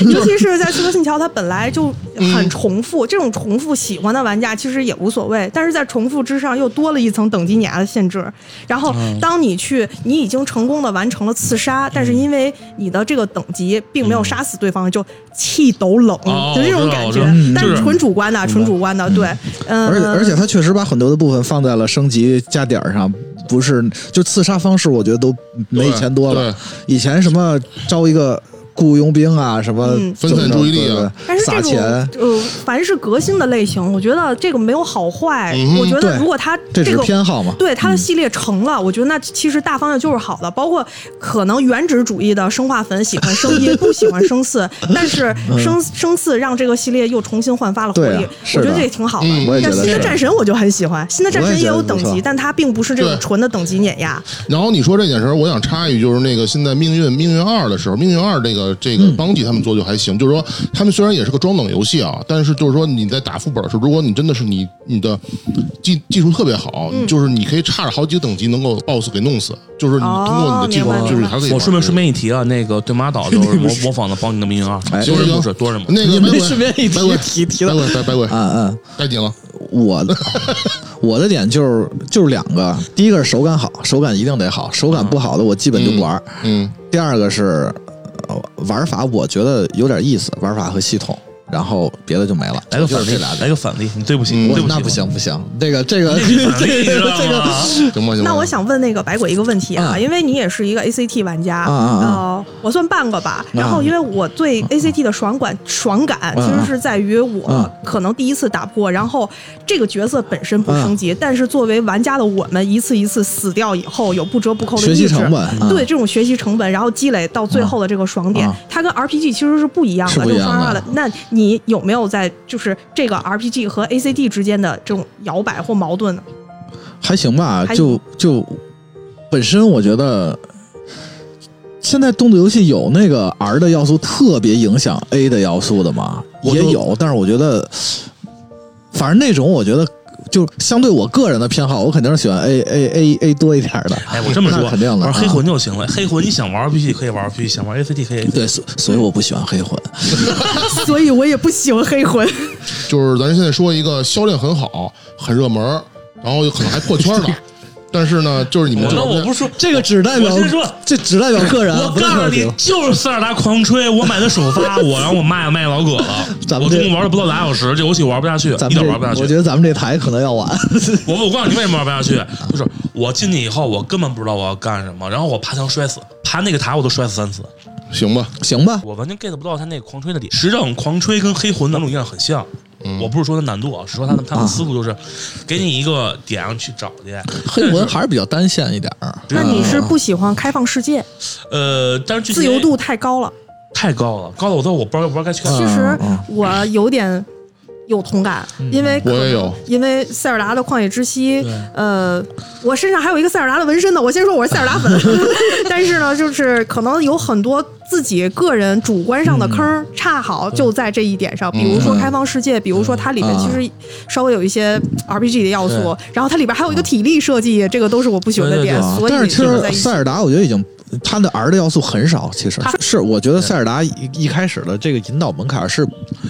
[SPEAKER 4] 尤其是在《刺客信条》，它本来就很重复，这种重复喜欢的玩家其实也无所谓，但是在重复之上又多了一层等级碾压的限制。然后，当你去，你已经成功的完成了刺杀，但是因为你的这个等级并没有杀死对方，就气抖冷，
[SPEAKER 3] 哦
[SPEAKER 4] 就这
[SPEAKER 3] 我
[SPEAKER 4] 种
[SPEAKER 3] 知道
[SPEAKER 4] 感
[SPEAKER 3] 我知
[SPEAKER 4] 觉
[SPEAKER 3] 道嗯。
[SPEAKER 4] 但
[SPEAKER 3] 就是是
[SPEAKER 4] 纯主观的，纯主观的，对，嗯，
[SPEAKER 2] 而且而且，他确实把很多的部分放在了升级加点儿上，不是就刺杀方式，我觉得都没以前多了。以前什么招一个雇佣兵啊，什么
[SPEAKER 4] 嗯
[SPEAKER 1] 分散注意力啊
[SPEAKER 4] 但是
[SPEAKER 2] 撒
[SPEAKER 4] 这种
[SPEAKER 2] 钱，
[SPEAKER 4] 呃，凡是革新的类型，我觉得这个没有好坏。
[SPEAKER 1] 嗯
[SPEAKER 4] 我觉
[SPEAKER 2] 对
[SPEAKER 4] 得如果它
[SPEAKER 2] 这只是
[SPEAKER 4] 个
[SPEAKER 2] 偏好嗯嘛。
[SPEAKER 4] 对它的系列成了，我觉得那其实大方向就是好的。包括可能原始主义的生化粉喜欢声音，不喜欢
[SPEAKER 2] (laughs)
[SPEAKER 4] 声四，但是声声四让这个系列又重新焕发了
[SPEAKER 2] 嗯
[SPEAKER 4] 活
[SPEAKER 2] 对啊
[SPEAKER 4] 力，
[SPEAKER 2] 是
[SPEAKER 4] 我觉得
[SPEAKER 2] 的
[SPEAKER 4] 这也挺好的。
[SPEAKER 1] 嗯
[SPEAKER 2] 我也觉
[SPEAKER 4] 但
[SPEAKER 2] 得
[SPEAKER 4] 新的
[SPEAKER 2] 是。
[SPEAKER 4] 战神我就很喜欢，新的战
[SPEAKER 2] 我也
[SPEAKER 4] 神也
[SPEAKER 2] 觉得
[SPEAKER 4] 有
[SPEAKER 2] 不
[SPEAKER 4] 等
[SPEAKER 2] 错
[SPEAKER 4] 级，但它并不是这种
[SPEAKER 1] 对
[SPEAKER 4] 纯的等级碾压。
[SPEAKER 1] 然后你说这件事儿，我想插一句，就是那个现在《命运命运二》的时候，《命运二》这个这个邦吉他们做就还行，就是说他们虽然也是个装等游戏啊，但是就是说你在打副本时，如果你真的是你你的技技术特别好，就是你可以差着好几个等级能够 BOSS 给弄死，就是你通过你的技
[SPEAKER 4] 哦明
[SPEAKER 1] 术，就
[SPEAKER 4] 白
[SPEAKER 1] 是
[SPEAKER 4] 明
[SPEAKER 1] 你
[SPEAKER 4] 白
[SPEAKER 1] 还可以玩。
[SPEAKER 3] 我顺便顺便一提啊，那个对马岛就是模模仿的《帮你的命运二》，
[SPEAKER 2] 哎
[SPEAKER 3] 啊多人
[SPEAKER 1] 行
[SPEAKER 3] 不是多人不是
[SPEAKER 1] 那个
[SPEAKER 2] 你们
[SPEAKER 1] 白鬼
[SPEAKER 2] 顺便一提
[SPEAKER 1] 白鬼
[SPEAKER 2] 提提
[SPEAKER 1] 白
[SPEAKER 2] 到
[SPEAKER 1] 鬼白白鬼，
[SPEAKER 2] 嗯嗯，
[SPEAKER 1] 该你了。
[SPEAKER 2] 我的 (laughs) 我的点就是就是两个，第一个是手感好，手感一定得好，手感不好的我基本就不玩儿。
[SPEAKER 1] 嗯
[SPEAKER 2] 第二个是呃玩法，我觉得有点意思，玩法和系统。然后别的就没了，
[SPEAKER 3] 来个
[SPEAKER 2] 就
[SPEAKER 3] 反
[SPEAKER 2] 是
[SPEAKER 3] 例
[SPEAKER 2] 这俩，点。
[SPEAKER 3] 来个反例，你对不起，
[SPEAKER 1] 嗯
[SPEAKER 3] 对
[SPEAKER 2] 我
[SPEAKER 3] 起，
[SPEAKER 2] 那不行，不行，这个这个
[SPEAKER 3] 那
[SPEAKER 2] 这
[SPEAKER 3] 你
[SPEAKER 2] 个
[SPEAKER 3] 反例你知道吗
[SPEAKER 2] (laughs) 这
[SPEAKER 1] 行
[SPEAKER 2] 个
[SPEAKER 1] 吧行吧。
[SPEAKER 4] 那我想问那个百鬼一个问题啊，
[SPEAKER 2] 啊
[SPEAKER 4] 因为你也是一个 ACT 玩家，
[SPEAKER 2] 啊啊啊嗯
[SPEAKER 4] 呃，我算半个吧。然后，因为我对 ACT 的爽感爽感，其实是在于我
[SPEAKER 2] 啊
[SPEAKER 4] 可能第一次打破，然后这个角色本身不升
[SPEAKER 2] 嗯
[SPEAKER 4] 级，但是作为玩家的我们一次一次死掉以后，有不折不扣的
[SPEAKER 2] 学习
[SPEAKER 4] 意志
[SPEAKER 2] 成本啊
[SPEAKER 4] 对这种学习成本，然后积累到最后的这个爽点
[SPEAKER 2] 啊，
[SPEAKER 4] 它跟 RPG 其实是不一样
[SPEAKER 2] 是
[SPEAKER 4] 的，
[SPEAKER 2] 不
[SPEAKER 4] 就
[SPEAKER 2] 一
[SPEAKER 4] 是
[SPEAKER 2] 样的
[SPEAKER 4] 双的。那你有没有在就是这个 RPG 和 ACT 之间的这种摇摆或矛盾呢？
[SPEAKER 2] 还行吧，
[SPEAKER 4] 还
[SPEAKER 2] 就就本身我觉得。现在动作游戏有那个 R 的要素特别影响 A 的要素的吗？
[SPEAKER 1] 我就
[SPEAKER 2] 也有，但是我觉得，反正那种我觉得就相对我个人的偏好，我肯定是喜欢 A A A A 多一点的。
[SPEAKER 3] 哎，我这么
[SPEAKER 2] 那
[SPEAKER 3] 说，
[SPEAKER 2] 肯定的
[SPEAKER 3] 玩
[SPEAKER 2] 啊
[SPEAKER 3] 黑魂就行了。黑魂你想玩 RPG 可以玩 RPG，想玩 ACT 可以 ACT。
[SPEAKER 2] 对，所所以我不喜欢黑魂。
[SPEAKER 4] (laughs) 所以我也不喜欢黑魂。
[SPEAKER 3] (laughs)
[SPEAKER 1] 就是咱现在说一个销量很好、很热门，然后有可能还破圈呢。但是呢，就是你们
[SPEAKER 3] 我
[SPEAKER 1] 这
[SPEAKER 3] 那
[SPEAKER 1] 种
[SPEAKER 3] 我不说
[SPEAKER 2] 这个只代表
[SPEAKER 3] 我先说，
[SPEAKER 2] 这只代表个人啊，
[SPEAKER 3] 我
[SPEAKER 2] 不代
[SPEAKER 3] 告诉
[SPEAKER 2] 表
[SPEAKER 3] 你
[SPEAKER 2] 行，
[SPEAKER 3] 就是塞尔达狂吹，我买的首发，我然后我卖卖老葛了，
[SPEAKER 2] 咱
[SPEAKER 3] 我
[SPEAKER 2] 们这
[SPEAKER 3] 总共玩了不到俩小时，这游戏玩不下去，
[SPEAKER 2] 咱
[SPEAKER 3] 一
[SPEAKER 2] 们
[SPEAKER 3] 点
[SPEAKER 2] 这
[SPEAKER 3] 玩不下
[SPEAKER 2] 我
[SPEAKER 3] 去。
[SPEAKER 2] 觉得咱们这台可能要完。
[SPEAKER 3] 我我告诉你为什么玩不下去，就是我进去以后我根本不知道我要干什么，然后我爬墙摔死，爬那个塔我都摔死三次，
[SPEAKER 1] 行吧？
[SPEAKER 2] (laughs) 行吧，
[SPEAKER 3] 我完全 get 不到他那个狂吹的点。实际上狂吹跟黑魂男主一样很像。我不是说它难度啊，是说他们他
[SPEAKER 2] 嗯
[SPEAKER 3] 们
[SPEAKER 2] 啊
[SPEAKER 3] 思路就是，给你一个点让你去找去。
[SPEAKER 2] 黑魂还是比较单线一点儿。
[SPEAKER 4] 那你是不喜欢开放世界，
[SPEAKER 3] 呃，但是具体
[SPEAKER 4] 自由度太高了。
[SPEAKER 3] 太高了，高的我都我不知道不知道该去干嘛。
[SPEAKER 4] 其实
[SPEAKER 2] 嗯嗯
[SPEAKER 4] 我有点有同感，因为可
[SPEAKER 1] 我也有
[SPEAKER 4] 因为塞尔达的旷野之息
[SPEAKER 3] 嗯对，
[SPEAKER 4] 呃，我身上还有一个塞尔达的纹身呢。我先说我是塞尔
[SPEAKER 3] (laughs)
[SPEAKER 4] 达粉，但是呢，就是可能有很多自己个人主观上的坑
[SPEAKER 3] 嗯
[SPEAKER 4] 儿恰好就在这一点上，比如说开放世界，比如说它里面其实稍微有一些 RPG 的要素
[SPEAKER 3] 嗯对，
[SPEAKER 4] 然后它里边还有一个体力设计，这个都是我不喜欢的
[SPEAKER 3] 对对
[SPEAKER 4] 点
[SPEAKER 3] 对，
[SPEAKER 2] 啊
[SPEAKER 4] 所以
[SPEAKER 2] 但是其
[SPEAKER 4] 就是在一
[SPEAKER 2] 实
[SPEAKER 4] 起
[SPEAKER 2] 塞尔达，我觉得已经它的 R 的要素很少。其实
[SPEAKER 4] 它
[SPEAKER 2] 是，我觉得塞尔达一一开始的这个引导门槛是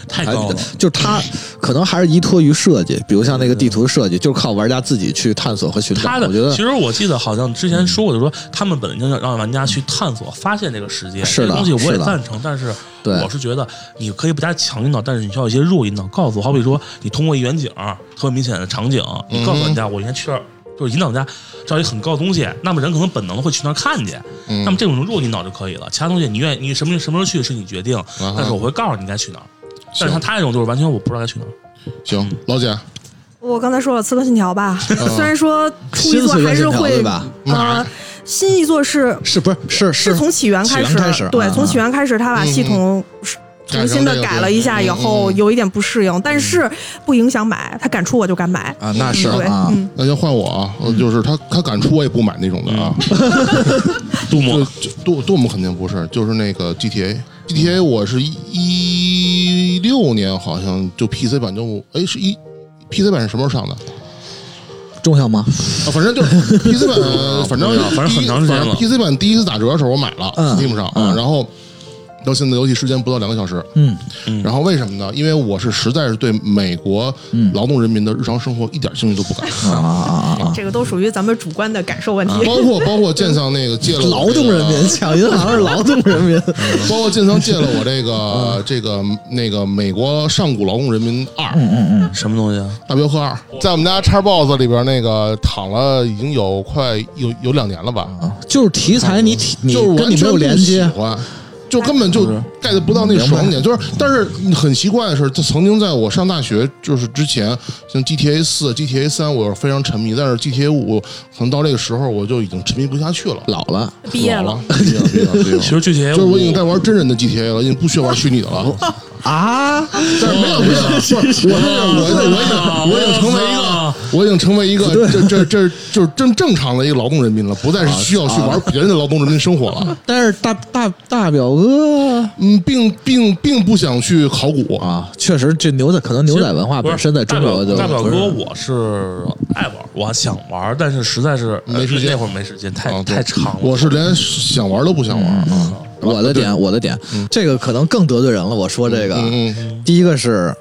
[SPEAKER 3] 太高了嗯
[SPEAKER 2] 就是它可能还是依托于设计，比如像那个地图设计，就是靠玩家自己去探索和寻找。
[SPEAKER 3] 他的
[SPEAKER 2] 我觉得
[SPEAKER 3] 其实我记得好像之前说过，就说他们本来就让玩家去探索、发现这个世界，
[SPEAKER 2] 是
[SPEAKER 3] 这
[SPEAKER 2] 的
[SPEAKER 3] 个东西我也
[SPEAKER 2] 是的
[SPEAKER 3] 赞成，但是
[SPEAKER 2] 对
[SPEAKER 3] 我是觉得你可以不加强引导，但是你需要一些弱引导，告诉我，好比说你通过一远景特别明显的场景，你告诉玩家我应该去
[SPEAKER 2] 嗯
[SPEAKER 3] 这儿。就是引导玩家找一个很高的东西，那么人可能本能地会去那儿看去，
[SPEAKER 1] 嗯
[SPEAKER 3] 那么这种弱引导就可以了。其他东西你愿意你什么什么时候去是你决定，
[SPEAKER 1] 哈
[SPEAKER 3] 但是我会告诉你该去哪儿。但是像他这种就是完全我不知道该去哪儿。
[SPEAKER 1] 行，老姐，
[SPEAKER 4] 我刚才说了《刺客信条》吧，虽然说初
[SPEAKER 2] 嗯
[SPEAKER 4] 一
[SPEAKER 2] 新
[SPEAKER 4] 座
[SPEAKER 2] 刺客
[SPEAKER 4] 还是
[SPEAKER 2] 信条
[SPEAKER 4] 会
[SPEAKER 2] 对吧
[SPEAKER 4] 呃，新一座是
[SPEAKER 2] 是不是是
[SPEAKER 4] 是从起源开
[SPEAKER 2] 起
[SPEAKER 4] 始，
[SPEAKER 2] 源开始
[SPEAKER 4] 对，
[SPEAKER 2] 嗯
[SPEAKER 4] 从起源开始，他把系统重新的改了一下以后，
[SPEAKER 1] 嗯嗯
[SPEAKER 4] 有一点不适应，但
[SPEAKER 2] 嗯
[SPEAKER 4] 是不影响买，他敢出我就敢买。
[SPEAKER 2] 啊，那是
[SPEAKER 4] 对，
[SPEAKER 2] 啊，
[SPEAKER 4] 嗯，
[SPEAKER 1] 那要换我啊，呃就是他他敢出我也不买那种的啊。
[SPEAKER 3] 嗯杜牧
[SPEAKER 1] 就就杜杜牧肯定不是，就是那个 GTA。GTA 我是一六年好像就 PC 版就哎是一 PC 版是什么时候上的？
[SPEAKER 2] 重要吗？
[SPEAKER 1] 啊，反正就是 PC
[SPEAKER 3] (laughs)
[SPEAKER 1] 版，呃反正
[SPEAKER 3] 啊不知道反正很长时间了
[SPEAKER 1] PC 版第一次打折的时候我买了
[SPEAKER 2] 嗯
[SPEAKER 1] ，Steam 上啊，
[SPEAKER 2] 嗯
[SPEAKER 1] 然后到现在游戏时间不到两个小时。
[SPEAKER 2] 嗯，
[SPEAKER 1] 然后为什么呢？因为我是实在是对美国
[SPEAKER 3] 嗯
[SPEAKER 1] 劳动人民的日常生活一点兴趣都不感。
[SPEAKER 2] 啊啊啊
[SPEAKER 3] (laughs)
[SPEAKER 2] 啊！
[SPEAKER 4] 这个都属于咱们主观的感受问题。
[SPEAKER 1] 包括包括建仓那个借了我这个啊
[SPEAKER 2] 劳动人民抢银行是劳动人
[SPEAKER 3] (laughs)
[SPEAKER 2] 民，
[SPEAKER 1] 包括建仓借了我这个 (laughs) 这个那个美国上古劳动人民二
[SPEAKER 2] 嗯
[SPEAKER 3] 什么东西啊？
[SPEAKER 1] 大镖客二，在我们家叉 box 里边那个躺了已经有快有有两年了吧，
[SPEAKER 2] 就是题材
[SPEAKER 3] 嗯
[SPEAKER 2] 你体嗯你
[SPEAKER 1] 就是完
[SPEAKER 2] 跟你
[SPEAKER 1] 全
[SPEAKER 2] 没有
[SPEAKER 1] 不
[SPEAKER 2] 连
[SPEAKER 1] 喜
[SPEAKER 2] 接，嗯
[SPEAKER 1] 欢。就根本就 get 不到那爽点，就是，但是很奇怪的是，他曾经在我上大学，就是之前，像 GTA 四、GTA 啊三，我是非常沉迷，但是 GTA 五可能到这个时候我就已经沉迷不下去了，
[SPEAKER 2] 老了。
[SPEAKER 4] 毕业
[SPEAKER 1] 老
[SPEAKER 4] 了
[SPEAKER 1] 了，，毕业了，毕业了，毕业了
[SPEAKER 3] 其实具体也
[SPEAKER 1] 哎就是我已经在玩真人的 GTA 了，已经不需要玩虚拟的了。
[SPEAKER 2] 啊，
[SPEAKER 1] 但是没有没有，不是我是我我已经我已经成为一个我已经成为一个这这这就是真正常的一个劳动人民了，不再是需要去玩别人的劳动人民生活了。
[SPEAKER 2] (laughs) 但是大大大表哥
[SPEAKER 1] 嗯，并并并不想去考古，
[SPEAKER 2] 啊，确实这牛仔可能牛仔文化
[SPEAKER 3] 不是
[SPEAKER 2] 本身在中国就
[SPEAKER 3] 大表大
[SPEAKER 2] 不
[SPEAKER 3] 表
[SPEAKER 2] 是
[SPEAKER 3] 哥，我是爱玩，我想玩，但是实在是呃
[SPEAKER 1] 没时间
[SPEAKER 3] 那会儿没时间，太
[SPEAKER 2] 哦
[SPEAKER 1] 啊对
[SPEAKER 3] 太长了。
[SPEAKER 1] 我是连想玩都不想玩。嗯
[SPEAKER 2] 我的点我的点，
[SPEAKER 3] 嗯
[SPEAKER 2] 这个可能更得罪人了。我说这个，
[SPEAKER 1] 嗯，嗯
[SPEAKER 2] 第一个是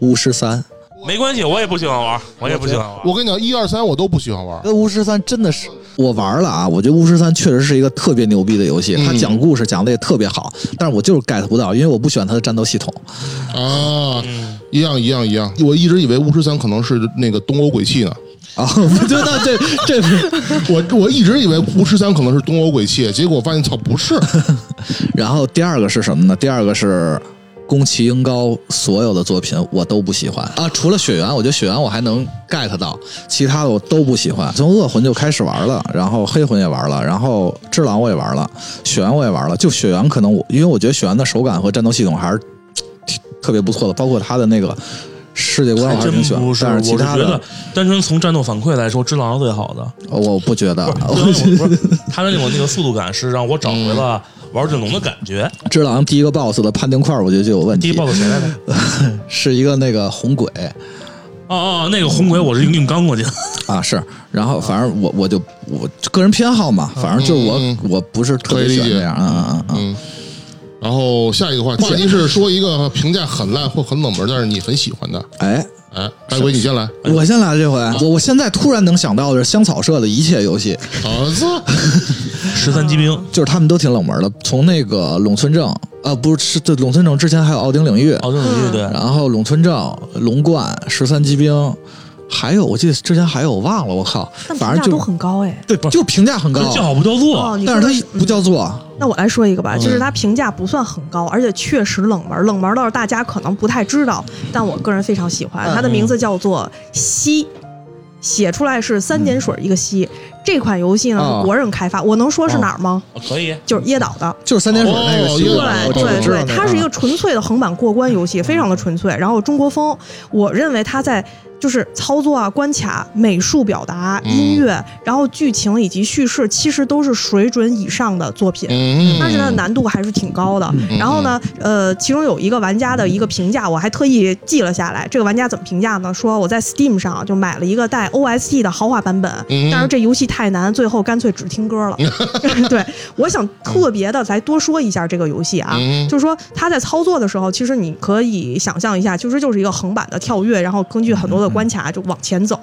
[SPEAKER 2] 巫师三，
[SPEAKER 3] 没关系，我也不喜欢玩，我也不喜欢玩。
[SPEAKER 1] 我跟你讲，一二三我都不喜欢玩。
[SPEAKER 2] 那巫师三真的是我玩了啊，我觉得巫师三确实是一个特别牛逼的游戏，
[SPEAKER 3] 嗯
[SPEAKER 2] 它讲故事讲的也特别好，但是我就是 get 不到，因为我不喜欢它的战斗系统。 (laughs)
[SPEAKER 1] 啊，一样一样一样。我一直以为巫师三可能是那个东欧鬼泣呢，
[SPEAKER 2] 啊，我觉得这
[SPEAKER 4] (laughs)
[SPEAKER 2] 这
[SPEAKER 1] 我我一直以为巫师三可能是东欧鬼泣，结果我发现操不是，
[SPEAKER 2] 然后第二个是什么呢？第二个是宫崎英高所有的作品我都不喜欢啊，除了《雪原》，我觉得《雪原》我还能 get 到，其他的我都不喜欢。从恶魂就开始玩了，然后黑魂也玩了，然后只狼我也玩了，雪原我也玩了。就雪原可能我，因为我觉得雪原的手感和战斗系统还是挺特别不错的，包括它的那个世界观我
[SPEAKER 3] 还
[SPEAKER 2] 还是
[SPEAKER 3] 真
[SPEAKER 2] 挺喜欢
[SPEAKER 3] 不。是，
[SPEAKER 2] 但
[SPEAKER 3] 我
[SPEAKER 2] 是其
[SPEAKER 3] 是
[SPEAKER 2] 他
[SPEAKER 3] 觉
[SPEAKER 2] 的啊
[SPEAKER 3] 得单纯从战斗反馈来说，只狼是最好的。
[SPEAKER 2] 我不觉得， (laughs)
[SPEAKER 3] 不是，不是他的那种那个速度感是让我找回了
[SPEAKER 2] 嗯
[SPEAKER 3] 玩忍龙的感觉。
[SPEAKER 2] 只狼第一个 boss 的判定块儿我觉得就有问
[SPEAKER 3] 第一
[SPEAKER 2] 题，
[SPEAKER 3] boss 谁来着？
[SPEAKER 2] (laughs) 是一个那个红鬼。
[SPEAKER 3] 哦哦，那个红鬼我是硬硬刚过
[SPEAKER 2] (laughs)
[SPEAKER 3] 去的。
[SPEAKER 2] 啊，是，然后反正我我就我个人偏好嘛，反正就是我、
[SPEAKER 1] 嗯
[SPEAKER 2] 我不是特别喜欢这样，嗯嗯嗯，
[SPEAKER 1] 嗯。然后下一个话题，话题是说一个评价很烂或很冷门，但是你很喜欢的。
[SPEAKER 2] 哎，
[SPEAKER 1] 哎，大鬼你先来。
[SPEAKER 2] 我先来这回，我我现在突然能想到的是香草社的一切游戏，
[SPEAKER 1] 儿
[SPEAKER 4] (laughs)
[SPEAKER 1] 子，
[SPEAKER 3] 十三机兵、
[SPEAKER 2] 就是他们都挺冷门的，从那个垄村正，呃，不是是对拢村正之前还有奥丁领域，
[SPEAKER 3] 奥丁领域哦对，
[SPEAKER 2] 然后垄村正、龙冠、十三机兵，还有我记得之前还有我忘了，我靠，
[SPEAKER 4] 但
[SPEAKER 2] 反
[SPEAKER 4] 评
[SPEAKER 2] 正
[SPEAKER 4] 价
[SPEAKER 2] 就
[SPEAKER 4] 都很高哎。
[SPEAKER 2] 对，就评价很高
[SPEAKER 3] 可，是叫好不叫
[SPEAKER 4] 哦，
[SPEAKER 3] 座。
[SPEAKER 4] 你说
[SPEAKER 2] 但
[SPEAKER 4] 的
[SPEAKER 2] 是它不叫做。
[SPEAKER 4] 那我来说一个吧，
[SPEAKER 2] 嗯
[SPEAKER 4] 就是它评价不算很高，而且确实冷门，冷门到是大家可能不太知道，但我个人非常喜欢。
[SPEAKER 2] 嗯
[SPEAKER 4] 它的名字叫做《西》，写出来是三点水一个西。
[SPEAKER 2] 嗯
[SPEAKER 4] 这款游戏呢
[SPEAKER 2] 啊
[SPEAKER 4] 是国人开发，我能说是
[SPEAKER 2] 嗯
[SPEAKER 4] 哪儿吗？
[SPEAKER 3] 可以，
[SPEAKER 4] 就是椰岛的。
[SPEAKER 2] 就是三点水那个
[SPEAKER 1] 哦
[SPEAKER 2] 系列，
[SPEAKER 1] 对
[SPEAKER 2] 我知道
[SPEAKER 4] 对
[SPEAKER 2] 我知道
[SPEAKER 4] 对，
[SPEAKER 2] 那
[SPEAKER 4] 它是一个
[SPEAKER 2] 啊
[SPEAKER 4] 纯粹的横版过关游戏，非常的纯粹。然后中国风，我认为它在就是操作啊、关卡、美术表达、
[SPEAKER 1] 嗯
[SPEAKER 4] 音乐，然后剧情以及叙事，其实都是水准以上的作品。
[SPEAKER 1] 嗯，
[SPEAKER 4] 但是它的难度还是挺高的。然后呢，呃，其中有一个玩家的一个评价，我还特意记了下来。这个玩家怎么评价呢？说我在 Steam 上就买了一个带 OST 的豪华版本，
[SPEAKER 1] 嗯
[SPEAKER 4] 但是这游戏太难，最后干脆只
[SPEAKER 1] (laughs)
[SPEAKER 4] 听歌了。对，我想特别的来多说一下这个游戏啊，
[SPEAKER 1] 嗯
[SPEAKER 4] 就是说它在操作的时候，其实你可以想象一下，其实就是一个横版的跳跃，然后根据很多的关卡就往前走，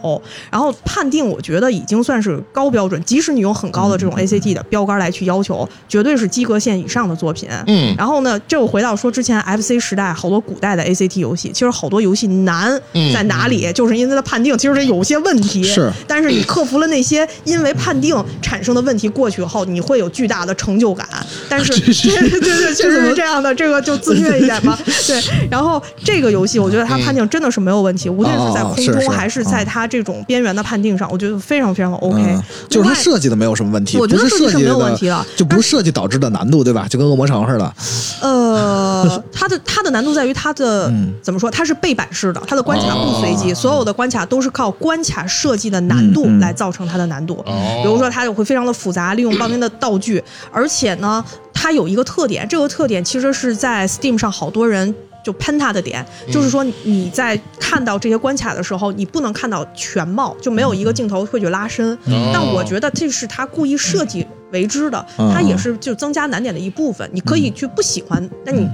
[SPEAKER 4] 然后判定我觉得已经算是高标准，即使你用很高
[SPEAKER 1] 嗯
[SPEAKER 4] 的这种 ACT 的标杆来去要求，绝对是及格线以上的作品。
[SPEAKER 1] 嗯
[SPEAKER 4] 然后呢，这我回到说之前 FC 时代好多古代的 ACT 游戏，其实好多游戏难
[SPEAKER 1] 嗯
[SPEAKER 4] 在哪里，就是因为它判定其实这有些问题。
[SPEAKER 2] 是
[SPEAKER 4] 但是你克服了那些因为判定产生的问题过去以后，你会有巨大的成
[SPEAKER 2] (laughs)
[SPEAKER 4] 就感。但是， (laughs) 对对对，确实是这样的，这个就自虐一
[SPEAKER 2] (laughs)
[SPEAKER 4] 点吧。对，然后这个游戏我觉得它判定真的是没有问题，无论是
[SPEAKER 2] 嗯
[SPEAKER 4] 在
[SPEAKER 2] 哦哦
[SPEAKER 4] 空
[SPEAKER 2] 是是
[SPEAKER 4] 中还是在它这种边缘的判定上，我觉得非常非常 OK 另
[SPEAKER 2] 嗯
[SPEAKER 4] 外。，
[SPEAKER 2] 就是它设计的没有什么问题，
[SPEAKER 4] 我觉得
[SPEAKER 2] 不是
[SPEAKER 4] 设
[SPEAKER 2] 设
[SPEAKER 4] 计是
[SPEAKER 2] 计
[SPEAKER 4] 没有问题的
[SPEAKER 2] 就不是设计导致的难度，对吧？就跟恶魔城似的，
[SPEAKER 4] 呃，它的它的难度在于它的、
[SPEAKER 2] 嗯
[SPEAKER 4] 怎么说？它是背板式的，它的关卡不随机，
[SPEAKER 1] 哦
[SPEAKER 4] 所有的关卡都是靠关卡设计的难度
[SPEAKER 2] 嗯嗯
[SPEAKER 4] 来造成它的难度。
[SPEAKER 1] 哦
[SPEAKER 4] 比如说，它就会非常的复杂，利用旁边的道具，而且呢，它有一个特点，这个特点其实是在 Steam 上好多人。就喷它的点，就是说你在看到这些关卡的时候，你不能看到全貌，就没有一个镜头会去拉伸。
[SPEAKER 1] 哦
[SPEAKER 4] 但我觉得这是他故意设计为之的，
[SPEAKER 2] 嗯
[SPEAKER 4] 它也是就增加难点的一部分。你可
[SPEAKER 1] 嗯
[SPEAKER 4] 以去不喜欢，但你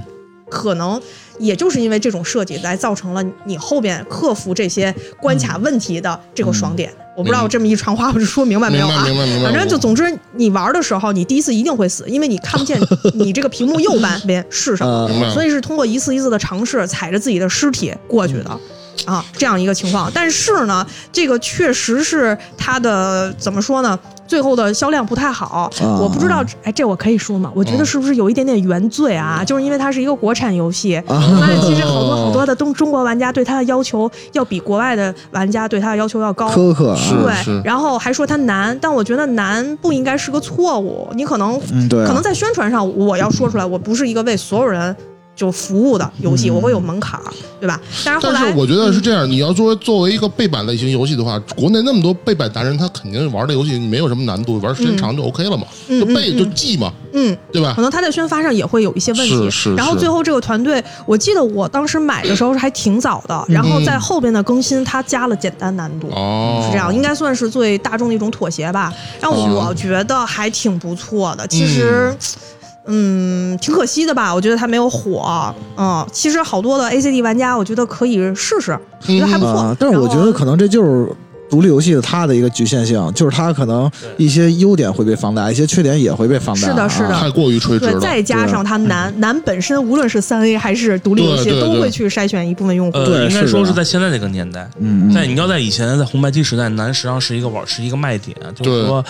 [SPEAKER 4] 可能也就是因为这种设计来造成了你后边克服这些关
[SPEAKER 1] 嗯
[SPEAKER 4] 卡问题的这个爽点。我不知道我这么一长话我 (laughs) 是说明白没有啊？
[SPEAKER 1] 明白明白明白
[SPEAKER 4] 反正就总之，你玩的时候，你第一次一定会死，因为你看
[SPEAKER 1] (laughs)
[SPEAKER 4] 不见你这个屏幕右半边是什么
[SPEAKER 1] 啊明白，
[SPEAKER 4] 所以是通过一次一次的尝试，踩着自己的尸体过去
[SPEAKER 1] 嗯
[SPEAKER 4] 的。啊，这样一个情况，但是呢，这个确实是它的怎么说呢？最后的销量不太好，
[SPEAKER 2] 啊
[SPEAKER 4] 我不知道，哎，这我可以说吗？我觉得是不是有一点点原罪啊？就是因为它是一个国产游戏，那、其实好多好多的东中国玩家对它的要求要比国外的玩家对它的要求要高，
[SPEAKER 2] 苛刻啊，
[SPEAKER 1] 是
[SPEAKER 4] 对，然后还说它难，但我觉得难不应该是个错误。你可能、
[SPEAKER 2] 嗯，对啊，
[SPEAKER 4] 可能在宣传上，我要说出来，我不是一个为所有人就服务的游戏，我会有门槛儿，对吧？但是
[SPEAKER 1] 但
[SPEAKER 4] 后来嗯
[SPEAKER 1] 是我觉得是这样，你要作为作为一个背板类型游戏的话，国内那么多背板达人，他肯定玩的游戏没有什么难度，玩时间长就 OK 了嘛，
[SPEAKER 4] 嗯
[SPEAKER 1] 就
[SPEAKER 4] 嗯
[SPEAKER 1] 背
[SPEAKER 4] 嗯
[SPEAKER 1] 就记嘛，
[SPEAKER 4] 嗯，
[SPEAKER 1] 对吧
[SPEAKER 4] 可？能他在宣发上也会有一些问题。
[SPEAKER 1] 是是
[SPEAKER 4] 然后
[SPEAKER 1] 是
[SPEAKER 4] 最后这个团队，我记得我当时买的时候还挺早的，然后在后边的更新，它加了简单难度。
[SPEAKER 1] 嗯哦，
[SPEAKER 4] 嗯是这样，应该算是最大众的一种妥协吧。让
[SPEAKER 1] 哦
[SPEAKER 4] 我觉得还挺不错的。其实，嗯，挺可惜的吧？我觉得它没有火。嗯，其实好多的 ACD 玩家，我觉得可以试试，觉得还不
[SPEAKER 1] 嗯
[SPEAKER 4] 错。
[SPEAKER 2] 呃啊，但是我觉得可能这就是独立游戏的它的一个局限性，就是它可能一些优点会被放大，一些缺点也会被放大。
[SPEAKER 4] 是的是的
[SPEAKER 2] 啊
[SPEAKER 1] 太过于垂直
[SPEAKER 4] 对，
[SPEAKER 1] 了。
[SPEAKER 4] 再加上它
[SPEAKER 1] (laughs)
[SPEAKER 4] 难难本身，无论是三 A 还是独立游戏，
[SPEAKER 1] 对对对
[SPEAKER 4] 都会去筛选一部分用户。
[SPEAKER 3] 呃，
[SPEAKER 2] 对
[SPEAKER 3] 应该
[SPEAKER 2] 是
[SPEAKER 3] 说
[SPEAKER 2] 的
[SPEAKER 3] 是在现在这个年代，
[SPEAKER 2] 嗯
[SPEAKER 3] 在你要在以前，在红白机时代，难实际上是一个玩是一个卖点，啊就是
[SPEAKER 1] 对
[SPEAKER 3] 说，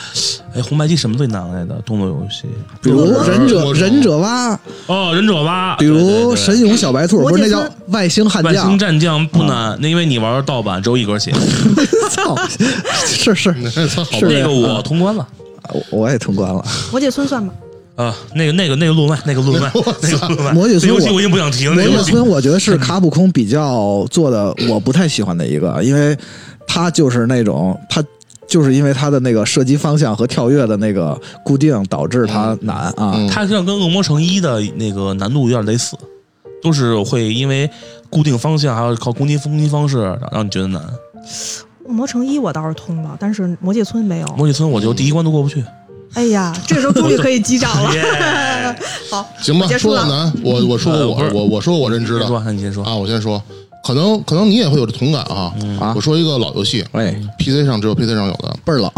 [SPEAKER 3] 哎，红白机什么最难来的动作游戏？
[SPEAKER 2] 比如
[SPEAKER 1] 对
[SPEAKER 2] 忍者
[SPEAKER 1] 我
[SPEAKER 2] 忍者蛙，
[SPEAKER 3] 哦，忍者蛙，
[SPEAKER 2] 比
[SPEAKER 3] 对对
[SPEAKER 2] 如
[SPEAKER 3] 对
[SPEAKER 2] 神勇小白兔，
[SPEAKER 4] 摩
[SPEAKER 2] 不是那
[SPEAKER 4] 羯
[SPEAKER 2] 叫
[SPEAKER 4] 尊
[SPEAKER 2] 外星悍
[SPEAKER 3] 外星
[SPEAKER 2] 将，
[SPEAKER 3] 战将不难，那因为你玩的盗版只有一格血，啊
[SPEAKER 2] 操， (laughs) 是是， (laughs)
[SPEAKER 1] 那 (laughs) 操，好吧
[SPEAKER 2] 是
[SPEAKER 3] 哦那个我通关了。
[SPEAKER 2] 我我也通关了。
[SPEAKER 4] 摩羯村算吗？
[SPEAKER 3] 啊，那个那个那个路 (laughs) 漫，那个路漫，那个路漫，
[SPEAKER 2] 魔界
[SPEAKER 3] 那
[SPEAKER 2] 村
[SPEAKER 3] 游戏
[SPEAKER 2] 我
[SPEAKER 3] 我已经不想提了。
[SPEAKER 2] 魔
[SPEAKER 3] 那个
[SPEAKER 2] 界
[SPEAKER 3] 游戏
[SPEAKER 2] 村我觉得是卡普空比较做的我不太喜欢的一个，因为它就是那种它。就是因为它的那个射击方向和跳跃的那个固定，导致它难啊。
[SPEAKER 1] 嗯
[SPEAKER 3] 它像跟《恶魔城一》的那个难度有点类似，都是会因为固定方向，还有靠攻击攻击方式，让你觉得难。
[SPEAKER 4] 魔城一我倒是通了，但是魔界村没有。
[SPEAKER 3] 魔界村我就第一关都过不 (laughs) 去。
[SPEAKER 4] 哎
[SPEAKER 2] (laughs)
[SPEAKER 4] 呀，这时候终于可以击掌了。
[SPEAKER 3] 耶
[SPEAKER 4] 好，
[SPEAKER 1] 行吧
[SPEAKER 4] 我，结束
[SPEAKER 1] 说
[SPEAKER 4] 了
[SPEAKER 1] 到难，我我说
[SPEAKER 3] 呃
[SPEAKER 1] 我
[SPEAKER 3] 不是
[SPEAKER 1] 我我说我认知
[SPEAKER 3] 你先说，
[SPEAKER 1] 的
[SPEAKER 3] 那你先说。
[SPEAKER 1] 啊，我先说，可能可能你也会有这同感啊。
[SPEAKER 2] 啊
[SPEAKER 1] 我说一个老游戏
[SPEAKER 2] 哎，
[SPEAKER 1] ，PC 上只有 PC 上有的，
[SPEAKER 2] 倍儿冷，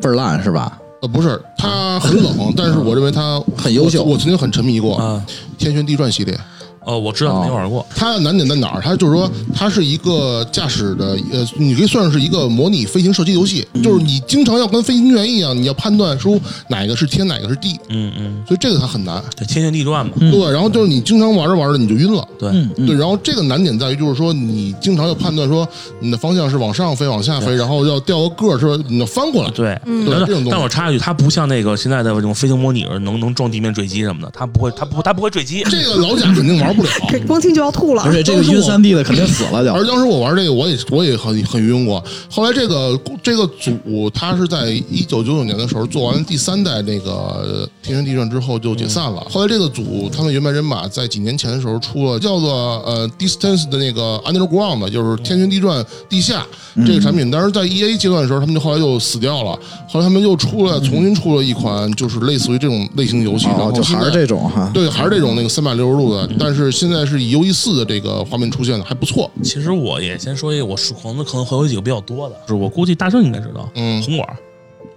[SPEAKER 2] 倍儿烂是吧？
[SPEAKER 1] 呃，不是它很冷，但是我认为它
[SPEAKER 2] 啊 (laughs) 很优秀
[SPEAKER 1] 我我曾经很沉迷过
[SPEAKER 3] 啊
[SPEAKER 1] 《天旋地转》系列，
[SPEAKER 3] 哦，我知道
[SPEAKER 2] 哦
[SPEAKER 3] 你没玩过。
[SPEAKER 1] 它的难点在哪儿？它就是说，
[SPEAKER 2] 嗯
[SPEAKER 1] 它是一个驾驶的，呃，你可以算是一个模拟飞行射击游戏，
[SPEAKER 2] 嗯
[SPEAKER 1] 就是你经常要跟飞行员一样，你要判断出哪个是天，哪个是地，
[SPEAKER 3] 嗯嗯，
[SPEAKER 1] 所以这个它很难。
[SPEAKER 3] 对，天旋地转嘛。
[SPEAKER 2] 嗯
[SPEAKER 1] 对，然后就是你经常玩着玩着你就晕了。
[SPEAKER 3] 对，
[SPEAKER 1] 对，然后这个难点在于，就是说你经常要判断说你的方向是往上飞、往下飞，然后要掉个个儿，是吧？你要翻过来。
[SPEAKER 3] 对，
[SPEAKER 1] 对
[SPEAKER 3] 但
[SPEAKER 1] 这种东西
[SPEAKER 3] 但我插一句，它不像那个现在的这种飞行模拟能能撞地面坠机什么的，它不会，它不，它不会坠机。
[SPEAKER 1] 这个老贾肯定玩不了。
[SPEAKER 4] 这光听就要吐了。
[SPEAKER 2] 而且这个
[SPEAKER 1] 都是我
[SPEAKER 2] 晕三 D 的肯定死了就。
[SPEAKER 1] 而当时我玩这个，我也我也很很晕过。后来这个这个组，他是在一九九九年的时候做完了第三代那个《天旋地转》之后就解散了。后来这个组他们原班人马在几年前的时候出了叫做呃 Distance 的那个 Underground，就是《天旋地转》地下
[SPEAKER 2] 嗯
[SPEAKER 1] 这个产品。但是在 EA 阶段的时候，他们就后来又死掉了。后来他们又出了重新出了一款，就是类似于这种类型的游戏，然
[SPEAKER 2] 嗯哦
[SPEAKER 1] 后，
[SPEAKER 2] 就
[SPEAKER 1] 现
[SPEAKER 2] 还
[SPEAKER 1] 在
[SPEAKER 2] 是这嗯种哈。
[SPEAKER 1] 对，还是这种那个三百六十度的，但是现在是以 U E 四的这个画面出现的，还不错。
[SPEAKER 3] 其实我也先说一个，我是可能可能会有几个比较多的，就是我估计大圣应该知道，
[SPEAKER 1] 嗯
[SPEAKER 3] 红管儿，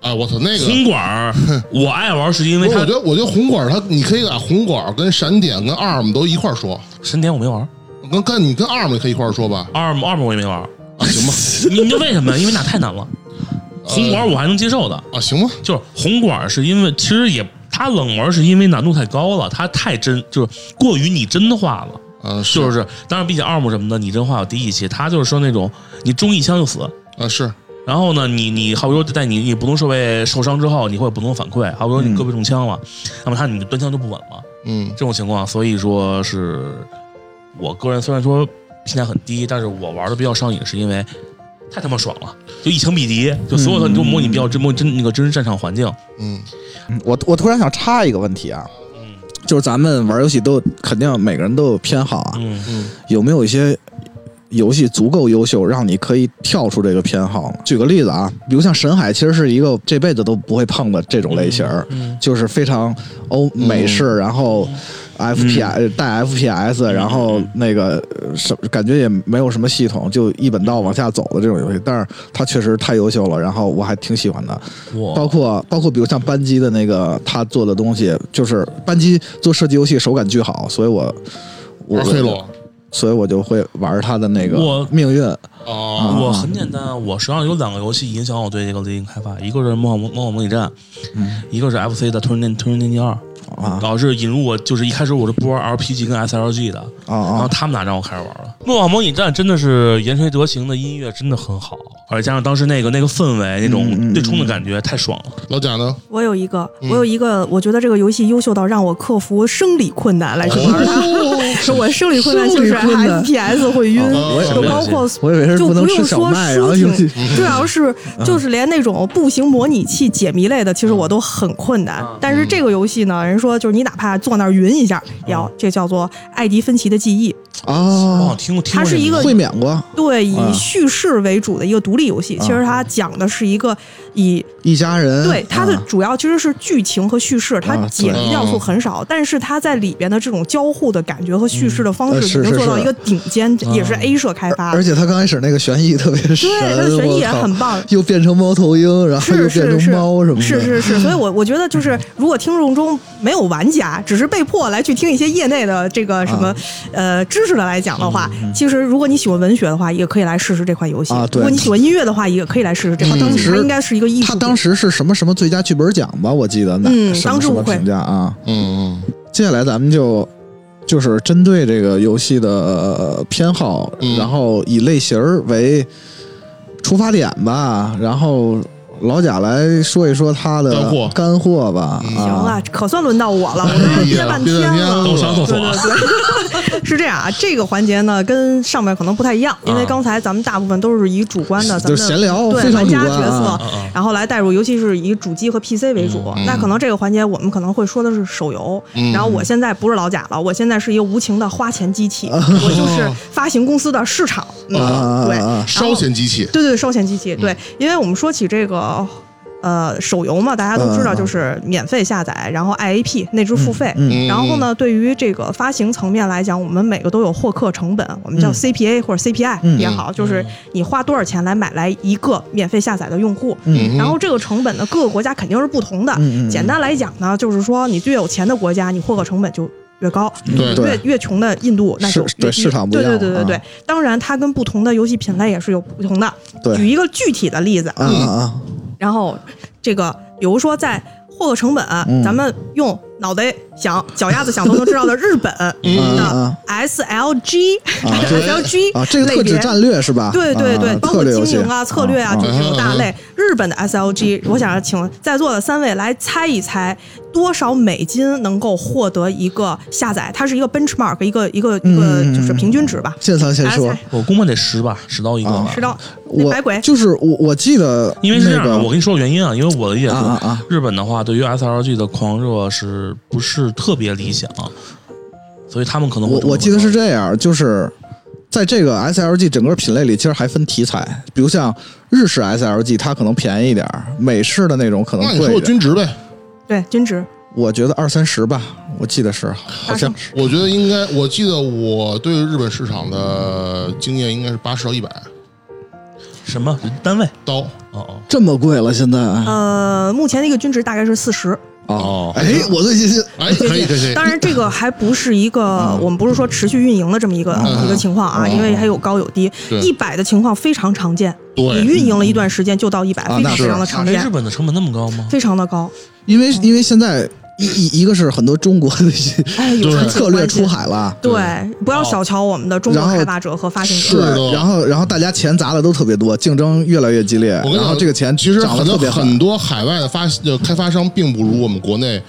[SPEAKER 1] 啊，我操，那个
[SPEAKER 3] 红管儿，
[SPEAKER 1] (laughs)
[SPEAKER 3] 我爱玩是因
[SPEAKER 1] 不
[SPEAKER 3] 为
[SPEAKER 1] 是，我
[SPEAKER 3] 它
[SPEAKER 1] 觉得我觉得红管儿它，你可以把红管儿跟闪点跟 ARM 都一块儿说，
[SPEAKER 3] 神典我没玩儿
[SPEAKER 1] 跟跟你跟 ARM 也可以一块儿说吧？
[SPEAKER 3] ，ARM ARM 我也没玩儿，
[SPEAKER 1] 啊，行吧，
[SPEAKER 3] (laughs)
[SPEAKER 1] 呃
[SPEAKER 3] 你你知道为什么？因为那太难了，红管儿我还能接受的，
[SPEAKER 1] 啊，行吧，
[SPEAKER 3] 就是红管儿是因为其实也它冷门是因为难度太高了，它太真就是过于拟真化了。
[SPEAKER 1] 啊，是
[SPEAKER 3] 就是当然，比起二木什么的，你真话有第一期，他就是说那种你中一枪就死，
[SPEAKER 1] 啊是，
[SPEAKER 3] 然后呢，你你好比说在你你普通设备受伤之后，你会有不同的反馈，好比说你胳膊中枪了，那么他你的端枪就不稳了，
[SPEAKER 1] 嗯
[SPEAKER 3] 这种情况，所以说是我个人虽然说评价很低，但是我玩的比较上瘾，是因为太他妈爽了，就一枪毙敌，就所有的你就模拟比较真模真那个真实战场环境，
[SPEAKER 1] 嗯，
[SPEAKER 2] 我我突然想插一个问题啊，
[SPEAKER 3] 嗯
[SPEAKER 2] 就是咱们玩游戏都肯定每个人都有偏好啊，
[SPEAKER 3] 嗯，
[SPEAKER 2] 有没有一些游戏足够优秀，让你可以跳出这个偏好呢？举个例子啊，比如像《神海》，其实是一个这辈子都不会碰的这种类型儿，
[SPEAKER 3] 嗯
[SPEAKER 2] 就是非常欧美式，然后 FPS、带呃 FPS，然后那个呃什感觉也没有什么系统，就一本道往下走的这种游戏，但是它确实太优秀了，然后我还挺喜欢的。包
[SPEAKER 3] 我
[SPEAKER 2] 括包括比如像班机的那个他做的东西，就是班机做射击游戏手感巨好，所以我我
[SPEAKER 1] 玩黑罗
[SPEAKER 2] 所以我就会玩他的那个
[SPEAKER 3] 我
[SPEAKER 2] 命运。
[SPEAKER 1] 啊，
[SPEAKER 2] 啊
[SPEAKER 3] 我很简单，我实际上有两个游戏影响我对这个类型开发，一个是《魔法模魔法模拟战》，一个是 FC 的《吞人吞人天机二》，
[SPEAKER 2] 嗯啊
[SPEAKER 3] 导致引入我就是一开始我是不玩 RPG 跟 SLG 的，
[SPEAKER 2] 啊
[SPEAKER 3] 然后
[SPEAKER 2] 啊！
[SPEAKER 3] 他们俩让我开始玩了。《梦幻模拟战》真的是言垂德行的音乐真的很好，而且加上当时那个那个氛围，
[SPEAKER 2] 嗯
[SPEAKER 3] 那
[SPEAKER 2] 嗯
[SPEAKER 3] 种
[SPEAKER 2] 嗯
[SPEAKER 3] 对冲的感觉太爽了。
[SPEAKER 1] 老贾呢？
[SPEAKER 4] 我有一个，我有一个，我觉得这个游戏优秀到让我克服生理困难来去玩它。 (laughs) 我生理困难就是
[SPEAKER 2] 哦生理困难
[SPEAKER 4] FPS 会晕，
[SPEAKER 1] 哦
[SPEAKER 4] 就包括
[SPEAKER 2] 我以为是
[SPEAKER 4] 就
[SPEAKER 2] 能
[SPEAKER 4] 用
[SPEAKER 2] 吃小
[SPEAKER 4] 说
[SPEAKER 2] 麦，然后
[SPEAKER 4] 抒
[SPEAKER 2] 游
[SPEAKER 4] 情
[SPEAKER 2] 戏，
[SPEAKER 4] 主要啊是
[SPEAKER 2] 嗯
[SPEAKER 4] 就是连那种步行模拟器解谜类的，其实我都很困难。
[SPEAKER 2] 嗯
[SPEAKER 4] 但是这个游戏呢，人说就是你哪怕坐那儿云一下，
[SPEAKER 2] 嗯
[SPEAKER 4] 也要这叫做艾迪芬奇的记忆，
[SPEAKER 3] 我好
[SPEAKER 2] 啊
[SPEAKER 3] 像，哦听过，听过
[SPEAKER 4] 它是
[SPEAKER 3] 这
[SPEAKER 4] 一个
[SPEAKER 2] 会免过
[SPEAKER 4] 对，以
[SPEAKER 2] 啊嗯
[SPEAKER 4] 叙事为主的一个独立游戏，其实它讲的是一个以
[SPEAKER 2] 一家人
[SPEAKER 4] 对它的
[SPEAKER 2] 啊
[SPEAKER 4] 主要其实是剧情和叙事，它
[SPEAKER 2] 啊
[SPEAKER 4] 解
[SPEAKER 1] 对
[SPEAKER 4] 谜要素很少，但是它在里边的这种交互的感觉和叙事的方
[SPEAKER 2] 呃
[SPEAKER 4] 式
[SPEAKER 2] 是
[SPEAKER 4] 已经
[SPEAKER 2] 是
[SPEAKER 4] 做到
[SPEAKER 2] 是嗯
[SPEAKER 4] 一个顶尖，也是
[SPEAKER 3] 啊
[SPEAKER 4] A 社开发的
[SPEAKER 2] 而。且他刚开始那个悬疑特别神，
[SPEAKER 4] 对，它的悬疑也
[SPEAKER 2] 我靠
[SPEAKER 4] 很棒。
[SPEAKER 2] 又变成猫头鹰，然后又
[SPEAKER 4] 是
[SPEAKER 2] 变
[SPEAKER 4] 是
[SPEAKER 2] 成
[SPEAKER 4] 是
[SPEAKER 2] 猫什么的，嗯
[SPEAKER 4] 是是是，所以我我觉得就是，如果听众中没有玩家，只是被迫来去听一些业内的这个什么、
[SPEAKER 2] 啊
[SPEAKER 4] 呃知识的来讲的话，其实如果你喜欢文学的话，也可以来试试这款游戏；
[SPEAKER 2] 嗯啊对
[SPEAKER 4] 如果你喜欢音乐的话，也可以来试试这款游
[SPEAKER 2] 当
[SPEAKER 4] 戏。它
[SPEAKER 2] 时
[SPEAKER 4] 应该是一个艺术
[SPEAKER 2] 他
[SPEAKER 4] 品。
[SPEAKER 2] 当时是什么什么最佳剧本奖吧？我记得那、
[SPEAKER 4] 嗯
[SPEAKER 2] 什么
[SPEAKER 4] 当之
[SPEAKER 2] 什么
[SPEAKER 4] 无愧
[SPEAKER 2] 评价啊？
[SPEAKER 1] 嗯
[SPEAKER 2] 接下来咱们就就是针对这个游戏的呃偏好，
[SPEAKER 1] 嗯
[SPEAKER 2] 然后以类型儿为出发点吧，然后老贾来说一说他的
[SPEAKER 1] 干货
[SPEAKER 2] 干货吧。
[SPEAKER 4] 行
[SPEAKER 2] 啊
[SPEAKER 4] 了，可算轮到我了，我
[SPEAKER 1] 哎
[SPEAKER 4] 都
[SPEAKER 1] 呀
[SPEAKER 4] 憋半
[SPEAKER 1] 憋半天
[SPEAKER 4] 了
[SPEAKER 1] 了。
[SPEAKER 3] 都上厕所
[SPEAKER 2] 啊
[SPEAKER 4] 对，对对， (laughs) 是这样啊。这个环节呢，跟上面可能不太一样，因为
[SPEAKER 3] 啊
[SPEAKER 4] 刚才咱们大部分都是以主观的，
[SPEAKER 2] 就
[SPEAKER 4] 咱们
[SPEAKER 2] 是
[SPEAKER 4] 的
[SPEAKER 2] 闲聊，
[SPEAKER 4] 对
[SPEAKER 2] 非常
[SPEAKER 4] 玩
[SPEAKER 2] 主
[SPEAKER 4] 家
[SPEAKER 2] 观
[SPEAKER 4] 角色
[SPEAKER 2] 啊。嗯
[SPEAKER 3] 嗯嗯
[SPEAKER 4] 然后来带入，尤其是以主机和 PC 为主。那可能这个环节我们可能会说的是手游。
[SPEAKER 1] 嗯
[SPEAKER 4] 然后我现在不是老贾了，我现在是一个无情的花钱机器，我就是发行公司的市场。嗯，
[SPEAKER 2] 哦啊
[SPEAKER 4] 对
[SPEAKER 2] 啊啊，
[SPEAKER 1] 烧钱机器，嗯
[SPEAKER 4] 对对，烧钱机器。对，因为我们说起这个。呃，手游嘛，大家都知道，就是免费下载，然后 IAP 内置付费。
[SPEAKER 1] 嗯
[SPEAKER 4] 然后呢，对于这个发行层面来讲，我们每个都有获客成本，我们叫
[SPEAKER 2] 嗯
[SPEAKER 4] CPA 或者
[SPEAKER 1] 嗯
[SPEAKER 4] CPI 也好，就是你花多少钱来买来一个免费下载的用户。
[SPEAKER 2] 嗯
[SPEAKER 4] 然后这个成本呢，各个国家肯定是不同的。
[SPEAKER 2] 嗯嗯嗯
[SPEAKER 4] 简单来讲呢，就是说你越有钱的国家，你获客成本就越高；
[SPEAKER 1] 对
[SPEAKER 2] 嗯对
[SPEAKER 4] 越越穷的印度那
[SPEAKER 2] 是
[SPEAKER 4] 就越
[SPEAKER 2] 对
[SPEAKER 4] 低
[SPEAKER 2] 市场不一
[SPEAKER 4] 对
[SPEAKER 2] 样
[SPEAKER 4] 对对对对
[SPEAKER 2] 啊。
[SPEAKER 4] 当然，它跟不同的游戏品类也是有不同的。
[SPEAKER 2] 对
[SPEAKER 4] 举一个具体的例子，
[SPEAKER 2] 啊啊啊，
[SPEAKER 4] 然后这个比如说在获客成本，啊
[SPEAKER 2] 嗯
[SPEAKER 4] 咱们用脑袋想、脚丫子想都能知道的日本的
[SPEAKER 2] 啊
[SPEAKER 4] SLG、
[SPEAKER 2] 这
[SPEAKER 4] SLG
[SPEAKER 2] 啊，这个
[SPEAKER 4] 类
[SPEAKER 2] 特指
[SPEAKER 4] 别
[SPEAKER 2] 战略是吧？
[SPEAKER 4] 对对对，
[SPEAKER 2] 啊
[SPEAKER 4] 包
[SPEAKER 2] 策
[SPEAKER 4] 括
[SPEAKER 2] 略游
[SPEAKER 4] 经
[SPEAKER 2] 戏
[SPEAKER 4] 营啊、策略啊，
[SPEAKER 2] 啊
[SPEAKER 4] 就是这种
[SPEAKER 1] 嗯
[SPEAKER 4] 大
[SPEAKER 1] 嗯
[SPEAKER 4] 类。日本的 SLG，我想请在座的三位来猜一猜，多少美金能够获得一个下载？它是一个 benchmark，一个一个一个
[SPEAKER 2] 嗯嗯嗯
[SPEAKER 4] 就是平均值吧。
[SPEAKER 2] 现藏先说
[SPEAKER 4] 来，
[SPEAKER 3] 我估摸得十吧，十刀一个吧
[SPEAKER 2] 啊
[SPEAKER 4] 知。道那
[SPEAKER 2] 嗯我
[SPEAKER 4] 百鬼
[SPEAKER 2] 就是我，我记得
[SPEAKER 3] 因为是这
[SPEAKER 2] 那
[SPEAKER 3] 样的，
[SPEAKER 2] 个
[SPEAKER 3] 我跟你说个原因啊，因为我的理解是，
[SPEAKER 2] 啊啊啊
[SPEAKER 3] 日本的话对于 SLG 的狂热是不是特别理想，啊所以他们可能会
[SPEAKER 2] 我我记得是这样，就是在这个 SLG 整个品类里，其实还分题材，比如像日式 SLG，它可能便宜一点儿，美式的那种可能
[SPEAKER 1] 那你说
[SPEAKER 2] 贵
[SPEAKER 1] 我
[SPEAKER 2] 一点。
[SPEAKER 1] 均值呗？
[SPEAKER 4] 对均值，啊
[SPEAKER 2] 我觉得二三十吧，我记得是，好像是
[SPEAKER 1] 我觉得应该，我记得我对日本市场的经验应该是八十到一百
[SPEAKER 3] 什么单位？
[SPEAKER 1] 刀，
[SPEAKER 3] 哦
[SPEAKER 2] 这么贵了，现在啊，
[SPEAKER 4] 呃，目前的一个均值大概是四十。
[SPEAKER 2] 哦
[SPEAKER 3] 哦
[SPEAKER 2] 哎，我最近
[SPEAKER 1] 哎，可以可以可以，
[SPEAKER 4] 当然，这个还不是一
[SPEAKER 2] 嗯
[SPEAKER 4] 个，我们不是说持续运营的这么一个
[SPEAKER 1] 嗯
[SPEAKER 4] 一个情况啊，
[SPEAKER 1] 嗯
[SPEAKER 4] 因为还有高有低
[SPEAKER 1] 对。
[SPEAKER 4] 一百的情况非常常见，
[SPEAKER 1] 对
[SPEAKER 4] 你运营了一段时间就到一百，
[SPEAKER 2] 啊
[SPEAKER 4] 非
[SPEAKER 2] 那
[SPEAKER 4] 常
[SPEAKER 2] 是
[SPEAKER 4] 非常的常
[SPEAKER 3] 哎，日
[SPEAKER 4] 见，
[SPEAKER 3] 本的成本那么高吗？
[SPEAKER 4] 非常的高。
[SPEAKER 2] 因为因为现在一一一个是很多中国的
[SPEAKER 1] (laughs)
[SPEAKER 2] 一些
[SPEAKER 4] 哎，有
[SPEAKER 1] 对
[SPEAKER 4] 长期
[SPEAKER 2] 策略
[SPEAKER 4] 关系
[SPEAKER 2] 出。海了。
[SPEAKER 4] 对，不要小瞧我们的中国
[SPEAKER 2] 然后
[SPEAKER 4] 开发者和发行
[SPEAKER 2] 是
[SPEAKER 4] 者。
[SPEAKER 1] 的，
[SPEAKER 2] 然后然后大家钱砸的都特别多，竞争越来越激烈，
[SPEAKER 1] 我跟你
[SPEAKER 2] 然
[SPEAKER 1] 讲
[SPEAKER 2] 后这个钱
[SPEAKER 1] 其实
[SPEAKER 2] 涨得
[SPEAKER 1] 很多
[SPEAKER 2] 特别狠
[SPEAKER 1] 很多海外的发呃开发商并不如我们国内，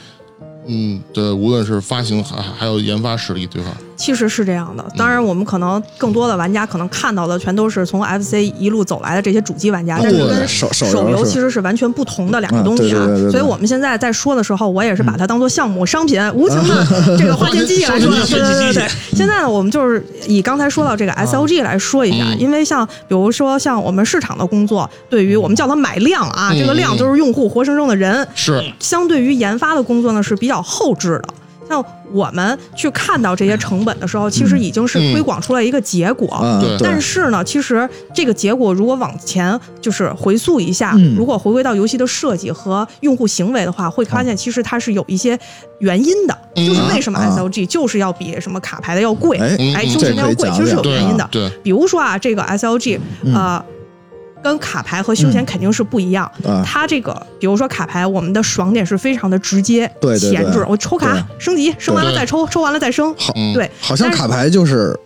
[SPEAKER 1] 嗯的，无论是发行还还有研发实力对吧？
[SPEAKER 4] 其实是这样的，当然我们可能更多的玩家可能看到的全都是从 FC 一路走来的这些主机玩家，但是
[SPEAKER 1] 对
[SPEAKER 4] 跟
[SPEAKER 2] 手手游
[SPEAKER 4] 手游
[SPEAKER 2] 是
[SPEAKER 4] 其实是完全不同的两个东
[SPEAKER 2] 嗯
[SPEAKER 4] 西
[SPEAKER 2] 对
[SPEAKER 4] 啊
[SPEAKER 2] 对对对对。
[SPEAKER 4] 所以我们现在在说的时候，我也是把它当做项目、商品、无情的这个花钱机器来说。
[SPEAKER 1] 花钱
[SPEAKER 4] 对对对对
[SPEAKER 3] 机器
[SPEAKER 4] 对。现在呢，我们就是以刚才说到这个 SLG 来说一下，
[SPEAKER 1] 嗯
[SPEAKER 4] 因为像比如说像我们市场的工作，对于我们叫它买量啊，
[SPEAKER 1] 嗯
[SPEAKER 4] 这个量就是用户活生生的人，
[SPEAKER 1] 是，
[SPEAKER 4] 相对于研发的工作呢是比较后置的。像我们去看到这些成本的时候，其实已经是推广出来一个结果。
[SPEAKER 2] 啊，
[SPEAKER 1] 对
[SPEAKER 4] 但是呢，其实这个结果如果往前就是回溯一下，
[SPEAKER 2] 嗯
[SPEAKER 4] 如果回归到游戏的设计和用户行为的话，会发现其实它是有一些原因的，
[SPEAKER 1] 嗯
[SPEAKER 4] 就是为什么
[SPEAKER 2] 啊
[SPEAKER 4] SLG 就是要比什么卡牌的要贵，
[SPEAKER 2] 哎
[SPEAKER 1] 嗯
[SPEAKER 4] 哎，
[SPEAKER 1] 嗯
[SPEAKER 4] 就
[SPEAKER 2] 这
[SPEAKER 4] 是那
[SPEAKER 2] 可以
[SPEAKER 4] 样贵，
[SPEAKER 2] 讲
[SPEAKER 4] 其实是有
[SPEAKER 1] 对
[SPEAKER 4] 原因的。
[SPEAKER 1] 对，
[SPEAKER 4] 比如说啊，这个 SLG，
[SPEAKER 2] 嗯
[SPEAKER 4] 呃，跟卡牌和休闲肯定是不一样。
[SPEAKER 2] 啊
[SPEAKER 4] 它这个，比如说卡牌，我们的爽点是非常的直接、
[SPEAKER 2] 对对对
[SPEAKER 4] 闲置，我抽卡
[SPEAKER 2] 对
[SPEAKER 4] 升级，升完了
[SPEAKER 1] 对
[SPEAKER 4] 再抽，抽完了再升。
[SPEAKER 2] 好
[SPEAKER 1] 嗯
[SPEAKER 4] 对，
[SPEAKER 2] 好像
[SPEAKER 4] 但是
[SPEAKER 2] 卡牌就是，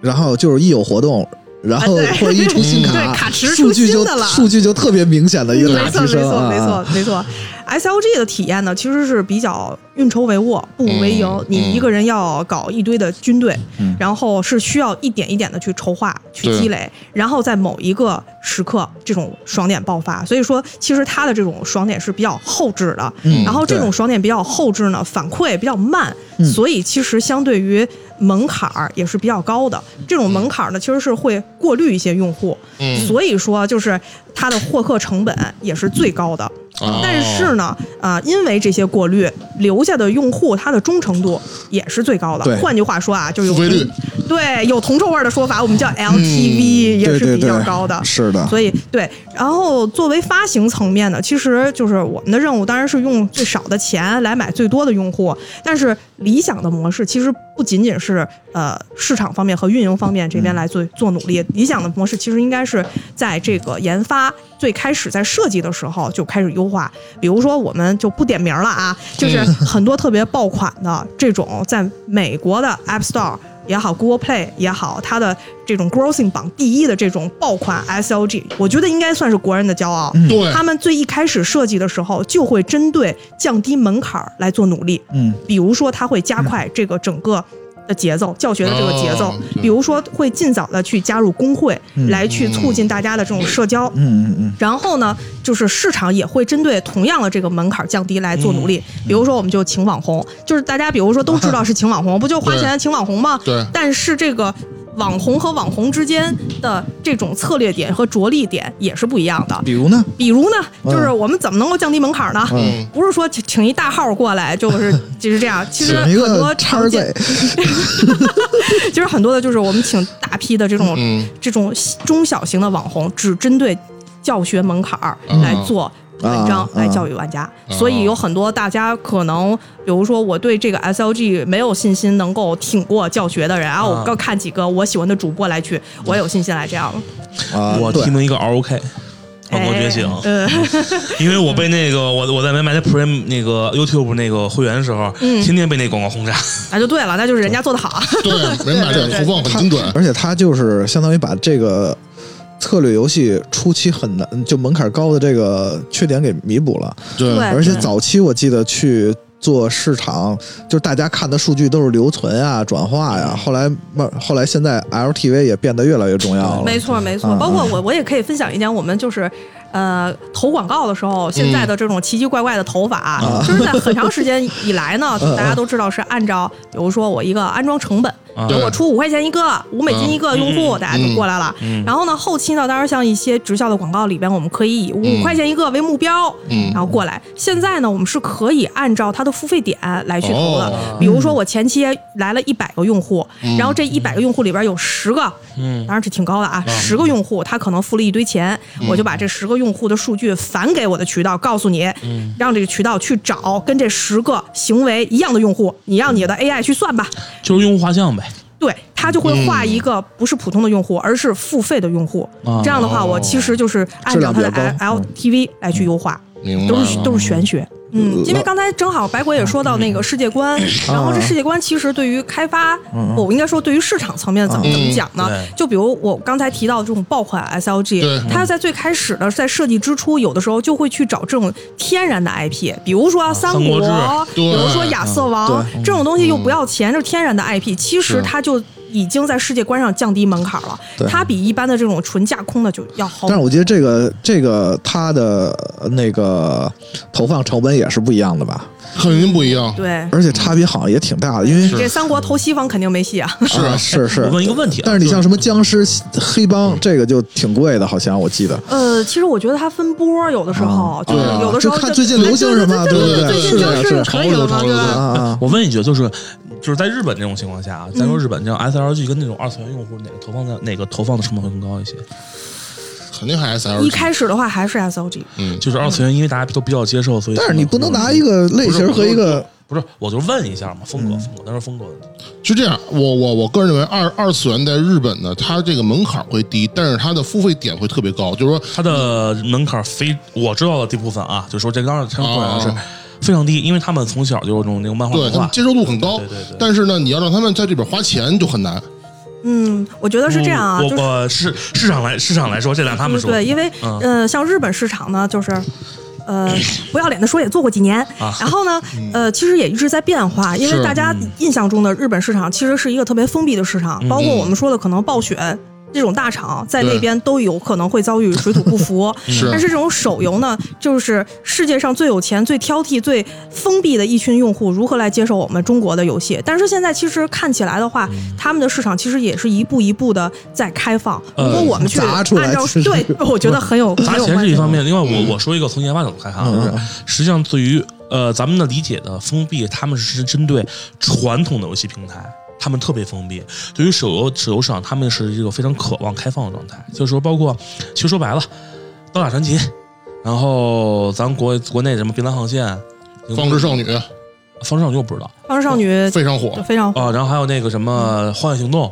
[SPEAKER 2] 然后就是一有活动，然后
[SPEAKER 4] 啊对
[SPEAKER 2] 或者一出新卡，
[SPEAKER 4] 对卡池
[SPEAKER 2] 数据就
[SPEAKER 4] 出新的了
[SPEAKER 2] 数据就特别明显的一个大
[SPEAKER 4] 没错，
[SPEAKER 2] 提
[SPEAKER 4] 没
[SPEAKER 2] 升
[SPEAKER 4] 错，
[SPEAKER 2] 啊
[SPEAKER 4] 没错，没错。S L G 的体验呢，其实是比较运筹帷幄、步步为营。
[SPEAKER 1] 嗯
[SPEAKER 4] 你一个人要搞一堆的军队，
[SPEAKER 2] 嗯
[SPEAKER 4] 然后是需要一点一点的去筹划、去
[SPEAKER 1] 对
[SPEAKER 4] 积累，然后在某一个时刻，这种爽点爆发。所以说，其实它的这种爽点是比较后置的。
[SPEAKER 2] 嗯
[SPEAKER 4] 然后这
[SPEAKER 2] 对
[SPEAKER 4] 种爽点比较后置呢，反馈比较慢，
[SPEAKER 2] 嗯
[SPEAKER 4] 所以其实相对于门槛儿也是比较高的。这种门槛儿呢，其实是会过滤一些用户，
[SPEAKER 2] 嗯
[SPEAKER 1] 嗯
[SPEAKER 4] 所以说就是它的获客成本也是最高的。
[SPEAKER 2] 哦
[SPEAKER 1] 啊
[SPEAKER 4] 但是呢，啊，因为这些过滤留下的用户，他的忠诚度也是最高
[SPEAKER 2] 对
[SPEAKER 4] 的。换句话说啊，就有
[SPEAKER 1] 付费率
[SPEAKER 4] 对有铜臭味儿的说法，我们叫 LTV、也
[SPEAKER 2] 嗯对
[SPEAKER 4] 是
[SPEAKER 2] 对
[SPEAKER 4] 比较
[SPEAKER 2] 对，
[SPEAKER 4] 高的。
[SPEAKER 2] 是的，
[SPEAKER 4] 所以对，然后作为发行层面呢，其实就是我们的任务当然是用最少的钱来买最多的用户，但是理想的模式其实不仅仅是呃市场方面和运营方面这边来做做努力，理想的模式其实应该是在这个研发。最开始在设计的时候就开始优化，比如说我们就不点名了啊，就是很多特别爆款的这种，在美国的 App Store 也好，Google Play 也好，它的这种 grossing 榜第一的这种爆款 SLG，我觉得应该算是国人的骄傲。
[SPEAKER 1] 对
[SPEAKER 4] 他们最一开始设计的时候，就会针对降低门槛儿来做努力。
[SPEAKER 2] 嗯，
[SPEAKER 4] 比如说，它会加快这个整个的节奏，教学的这个节奏
[SPEAKER 1] 哦；对
[SPEAKER 4] 比如说，会尽早的去加入工会，来去促进大家的这种社交。
[SPEAKER 2] 嗯嗯嗯，
[SPEAKER 4] 然后呢，就是市场也会针对同样的这个门槛降低来做努力。
[SPEAKER 2] 嗯
[SPEAKER 4] 比如说，我们就请网红，就是大家比如说都知道是请网红，不就花钱请网红吗？
[SPEAKER 1] 对
[SPEAKER 4] 但是这个网红和网红之间的这种策略点和着力点也是不一样的。
[SPEAKER 2] 比如呢，
[SPEAKER 4] 比如呢，
[SPEAKER 2] 嗯
[SPEAKER 4] 就是我们怎么能够降低门槛呢？
[SPEAKER 1] 嗯
[SPEAKER 4] 不是说请请一大号过来，就是就是这样。其实
[SPEAKER 2] 请
[SPEAKER 4] 很
[SPEAKER 2] 一
[SPEAKER 4] 多
[SPEAKER 2] 个叉
[SPEAKER 4] 常
[SPEAKER 2] 儿
[SPEAKER 4] 见
[SPEAKER 2] Z，，
[SPEAKER 4] 其实很多 (laughs) 的就是我们请大批的这种
[SPEAKER 1] 嗯
[SPEAKER 4] 这种中小型的网红，只针对教学门槛儿来做。文章
[SPEAKER 2] 啊
[SPEAKER 4] 来教育玩家，
[SPEAKER 1] 啊
[SPEAKER 4] 所以有很多大家可能，比如说我对这个 SLG 没有信心，能够挺过教学的人，然
[SPEAKER 1] 啊
[SPEAKER 4] 后我刚看几个我喜欢的主播来去，我有信心来这样了。
[SPEAKER 2] 啊，
[SPEAKER 3] 我
[SPEAKER 2] 对
[SPEAKER 3] 听了一个 ROK。万啊国觉醒，
[SPEAKER 4] 呃，
[SPEAKER 3] (laughs) 因为我被那个我我在没买那 Prime 那个 YouTube 那个会员的时候，天天被那广告轰炸。
[SPEAKER 4] 那就对了，那就是人家做的好。啊 (laughs)
[SPEAKER 1] 对，人把这个投放很精准，
[SPEAKER 2] 而且它就是相当于把这个策略游戏初期很难就门槛高的这个缺点给弥补了，
[SPEAKER 1] 对
[SPEAKER 4] 哎对
[SPEAKER 2] 而且早期我记得去。做市场，就是大家看的数据都是留存啊、转化
[SPEAKER 4] 嗯
[SPEAKER 2] 呀、后来慢，后来现在 LTV 也变得越来越重要了。
[SPEAKER 4] 没错，没错
[SPEAKER 2] 嗯。
[SPEAKER 4] 包括我，我也可以分享一点，我们就是。呃，投广告的时候，现
[SPEAKER 2] 嗯
[SPEAKER 4] 在的这种奇奇怪怪的投法，啊就是在很长
[SPEAKER 2] (laughs)
[SPEAKER 4] 时间以来呢，
[SPEAKER 2] 啊嗯
[SPEAKER 4] 大家都知道是按照，比如说我一个安装成本，
[SPEAKER 2] 啊
[SPEAKER 1] 对
[SPEAKER 4] 我出五块钱一个，五美金一
[SPEAKER 2] 嗯
[SPEAKER 4] 个，用户、大家就过来了。然后呢，后期呢，当然像一些直销的广告里边，我们可以以
[SPEAKER 2] 嗯
[SPEAKER 4] 五块钱一个为目标，
[SPEAKER 1] 嗯
[SPEAKER 4] 然后过来。现在呢，我们是可以按照它的付费点来去投的，
[SPEAKER 1] 哦
[SPEAKER 4] 比如说我前期来了一百个用户，
[SPEAKER 2] 嗯
[SPEAKER 4] 然后这一百个用户里边有十个，
[SPEAKER 3] 嗯
[SPEAKER 4] 当然是挺高的啊，十个用户他可能付了一堆钱，
[SPEAKER 2] 嗯
[SPEAKER 4] 我就把这十个用户的数据返给我的渠道，告诉你，
[SPEAKER 2] 嗯
[SPEAKER 4] 让这个渠道去找跟这十个行为一样的用户，你让你
[SPEAKER 2] 嗯
[SPEAKER 4] 的 AI 去算吧，
[SPEAKER 3] 就是用户画像呗。
[SPEAKER 4] 对，它就会画一个不是普通的用户，而是付费的用户。
[SPEAKER 3] 哦
[SPEAKER 4] 这样的话，我其实就是按照它
[SPEAKER 2] 嗯质量
[SPEAKER 4] 的
[SPEAKER 2] 比较
[SPEAKER 4] L
[SPEAKER 2] 高
[SPEAKER 4] L T V 来去优化，
[SPEAKER 1] 明白
[SPEAKER 4] 都
[SPEAKER 1] 了
[SPEAKER 4] 是都是玄学。嗯，因为刚才正好白果也说到那个世界观，然后这世界观其实对于开发，我应该说对于市场层面怎么怎么讲呢
[SPEAKER 3] 对？
[SPEAKER 4] 就比如我刚才提到这种爆款 S L G，
[SPEAKER 1] 对
[SPEAKER 4] 它在最开始的在设计之初，有的时候就会去找这种天然的 I P，比如说三
[SPEAKER 3] 三国
[SPEAKER 4] 国
[SPEAKER 3] 志，
[SPEAKER 4] 比如说
[SPEAKER 1] 对
[SPEAKER 4] 亚瑟王
[SPEAKER 2] 对
[SPEAKER 4] 这种东西又不要钱，就是天然的 IP，其
[SPEAKER 1] 是
[SPEAKER 4] 实它就已经在世界观上降低门槛了
[SPEAKER 2] 对，
[SPEAKER 4] 它比一般的这种纯架空的就要好
[SPEAKER 2] 但。是我觉得这个这个它的呃那个投放成本也是不一样的吧，
[SPEAKER 1] 肯定不一样，
[SPEAKER 4] 对，
[SPEAKER 2] 而且差别好像也挺大的，因为
[SPEAKER 4] 你这三国投西方肯定没戏啊。
[SPEAKER 2] 是啊是是。
[SPEAKER 3] 我问一个问题啊，
[SPEAKER 2] 但是你
[SPEAKER 3] 就
[SPEAKER 2] 像什么僵尸、黑帮，这个就挺贵的，好像我记得。
[SPEAKER 4] 呃，其实我觉得它分波，有的时候哦就
[SPEAKER 1] 对啊
[SPEAKER 4] 有的时候
[SPEAKER 2] 就看最近流行什么
[SPEAKER 4] 哎对对
[SPEAKER 1] 对对对
[SPEAKER 4] 对，最
[SPEAKER 1] 是
[SPEAKER 4] 近
[SPEAKER 1] 的
[SPEAKER 4] 就是
[SPEAKER 1] 的
[SPEAKER 4] 可以了嘛，
[SPEAKER 1] 潮流
[SPEAKER 4] 对
[SPEAKER 1] 潮流
[SPEAKER 4] 吧？
[SPEAKER 2] 啊
[SPEAKER 3] 我问一句，就是就是在日本这种情况下啊，咱说日本这种 SLG 跟那种二次元用户，哪个投放在哪个投放的成本会更高一些？
[SPEAKER 1] 肯定还 S L
[SPEAKER 4] 一开始的话还是 S O G，
[SPEAKER 1] 嗯
[SPEAKER 3] 就是二次元，因为大家都比较接受，所以
[SPEAKER 2] 但是你不能拿一个嗯类
[SPEAKER 3] 不是
[SPEAKER 2] 型和一个
[SPEAKER 3] 不是，我就问一下嘛，风格风格，咱说风格问题。
[SPEAKER 1] 是这样，我我我个人认为二二次元在日本呢，它这个门槛会低，但是它的付费点会特别高，就是说
[SPEAKER 3] 它的门槛非我知道的这部分啊，就说这刚刚参考
[SPEAKER 1] 哦
[SPEAKER 3] 是非常低，因为他们从小就有这种那种漫画
[SPEAKER 1] 对
[SPEAKER 3] 文
[SPEAKER 1] 他们
[SPEAKER 3] 化。
[SPEAKER 1] 接受度很高，
[SPEAKER 3] 哦对对对
[SPEAKER 1] 但是呢，你要让他们在这边花钱就很难。
[SPEAKER 4] 嗯，我觉得是这样啊，
[SPEAKER 3] 我
[SPEAKER 4] 就是
[SPEAKER 3] 我市市场来市场来说，这俩他们说
[SPEAKER 4] 对，因为、
[SPEAKER 3] 嗯
[SPEAKER 4] 呃，像日本市场呢，就是。呃，不要脸的说也做过几年，
[SPEAKER 3] 啊
[SPEAKER 4] 然
[SPEAKER 3] (laughs)
[SPEAKER 4] 后呢，
[SPEAKER 3] 嗯
[SPEAKER 4] 呃，其实也一直在变化，因
[SPEAKER 1] 是
[SPEAKER 3] 嗯
[SPEAKER 4] 为大家印象中的日本市场其实是一个特别封闭的市场，包括我们说的可能暴雪这种大厂在那边都有可能会遭遇水土
[SPEAKER 3] (laughs)
[SPEAKER 4] 不服。
[SPEAKER 1] 是
[SPEAKER 4] 但是这种手游呢，就是世界上最有钱、最挑剔、最封闭的一群用户如何来接受我们中国的游戏。但是现在其实看起来的话，
[SPEAKER 3] 嗯
[SPEAKER 4] 他们的市场其实也是一步一步的在开放。
[SPEAKER 3] 呃
[SPEAKER 4] 如果我们去
[SPEAKER 2] 砸出来
[SPEAKER 4] 按照
[SPEAKER 2] 其实
[SPEAKER 4] 对，我觉得很有
[SPEAKER 3] 砸
[SPEAKER 4] 很嗯有
[SPEAKER 3] 钱
[SPEAKER 4] 关
[SPEAKER 3] 是
[SPEAKER 4] 系
[SPEAKER 3] 一。方面，另外我我说一个从研发角度看啊，就是实际上对于呃咱们的理解的封闭，他们是针对传统的游戏平台。他们特别封闭，对于手游手游市场，他们是一个非常渴望开放的状态。就是说，包括其实说白了，《刀塔传奇》，然后咱国国内什么《碧蓝航线》、《
[SPEAKER 1] 方之少女
[SPEAKER 3] 方之少女》我不知道，
[SPEAKER 4] 方式少女
[SPEAKER 1] 非常火，
[SPEAKER 4] 非常
[SPEAKER 3] 啊、然后还有那个什么《
[SPEAKER 4] 嗯
[SPEAKER 3] 荒野行动》，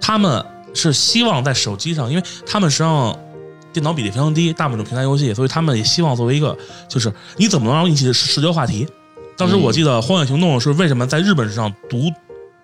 [SPEAKER 3] 他们是希望在手机上，因为他们实际上电脑比例非常低，大部分平台游戏，所以他们也希望作为一个，就是你怎么能让引起社交话题？当时
[SPEAKER 4] 嗯
[SPEAKER 3] 我记得《荒野行动》是为什么在日本市场独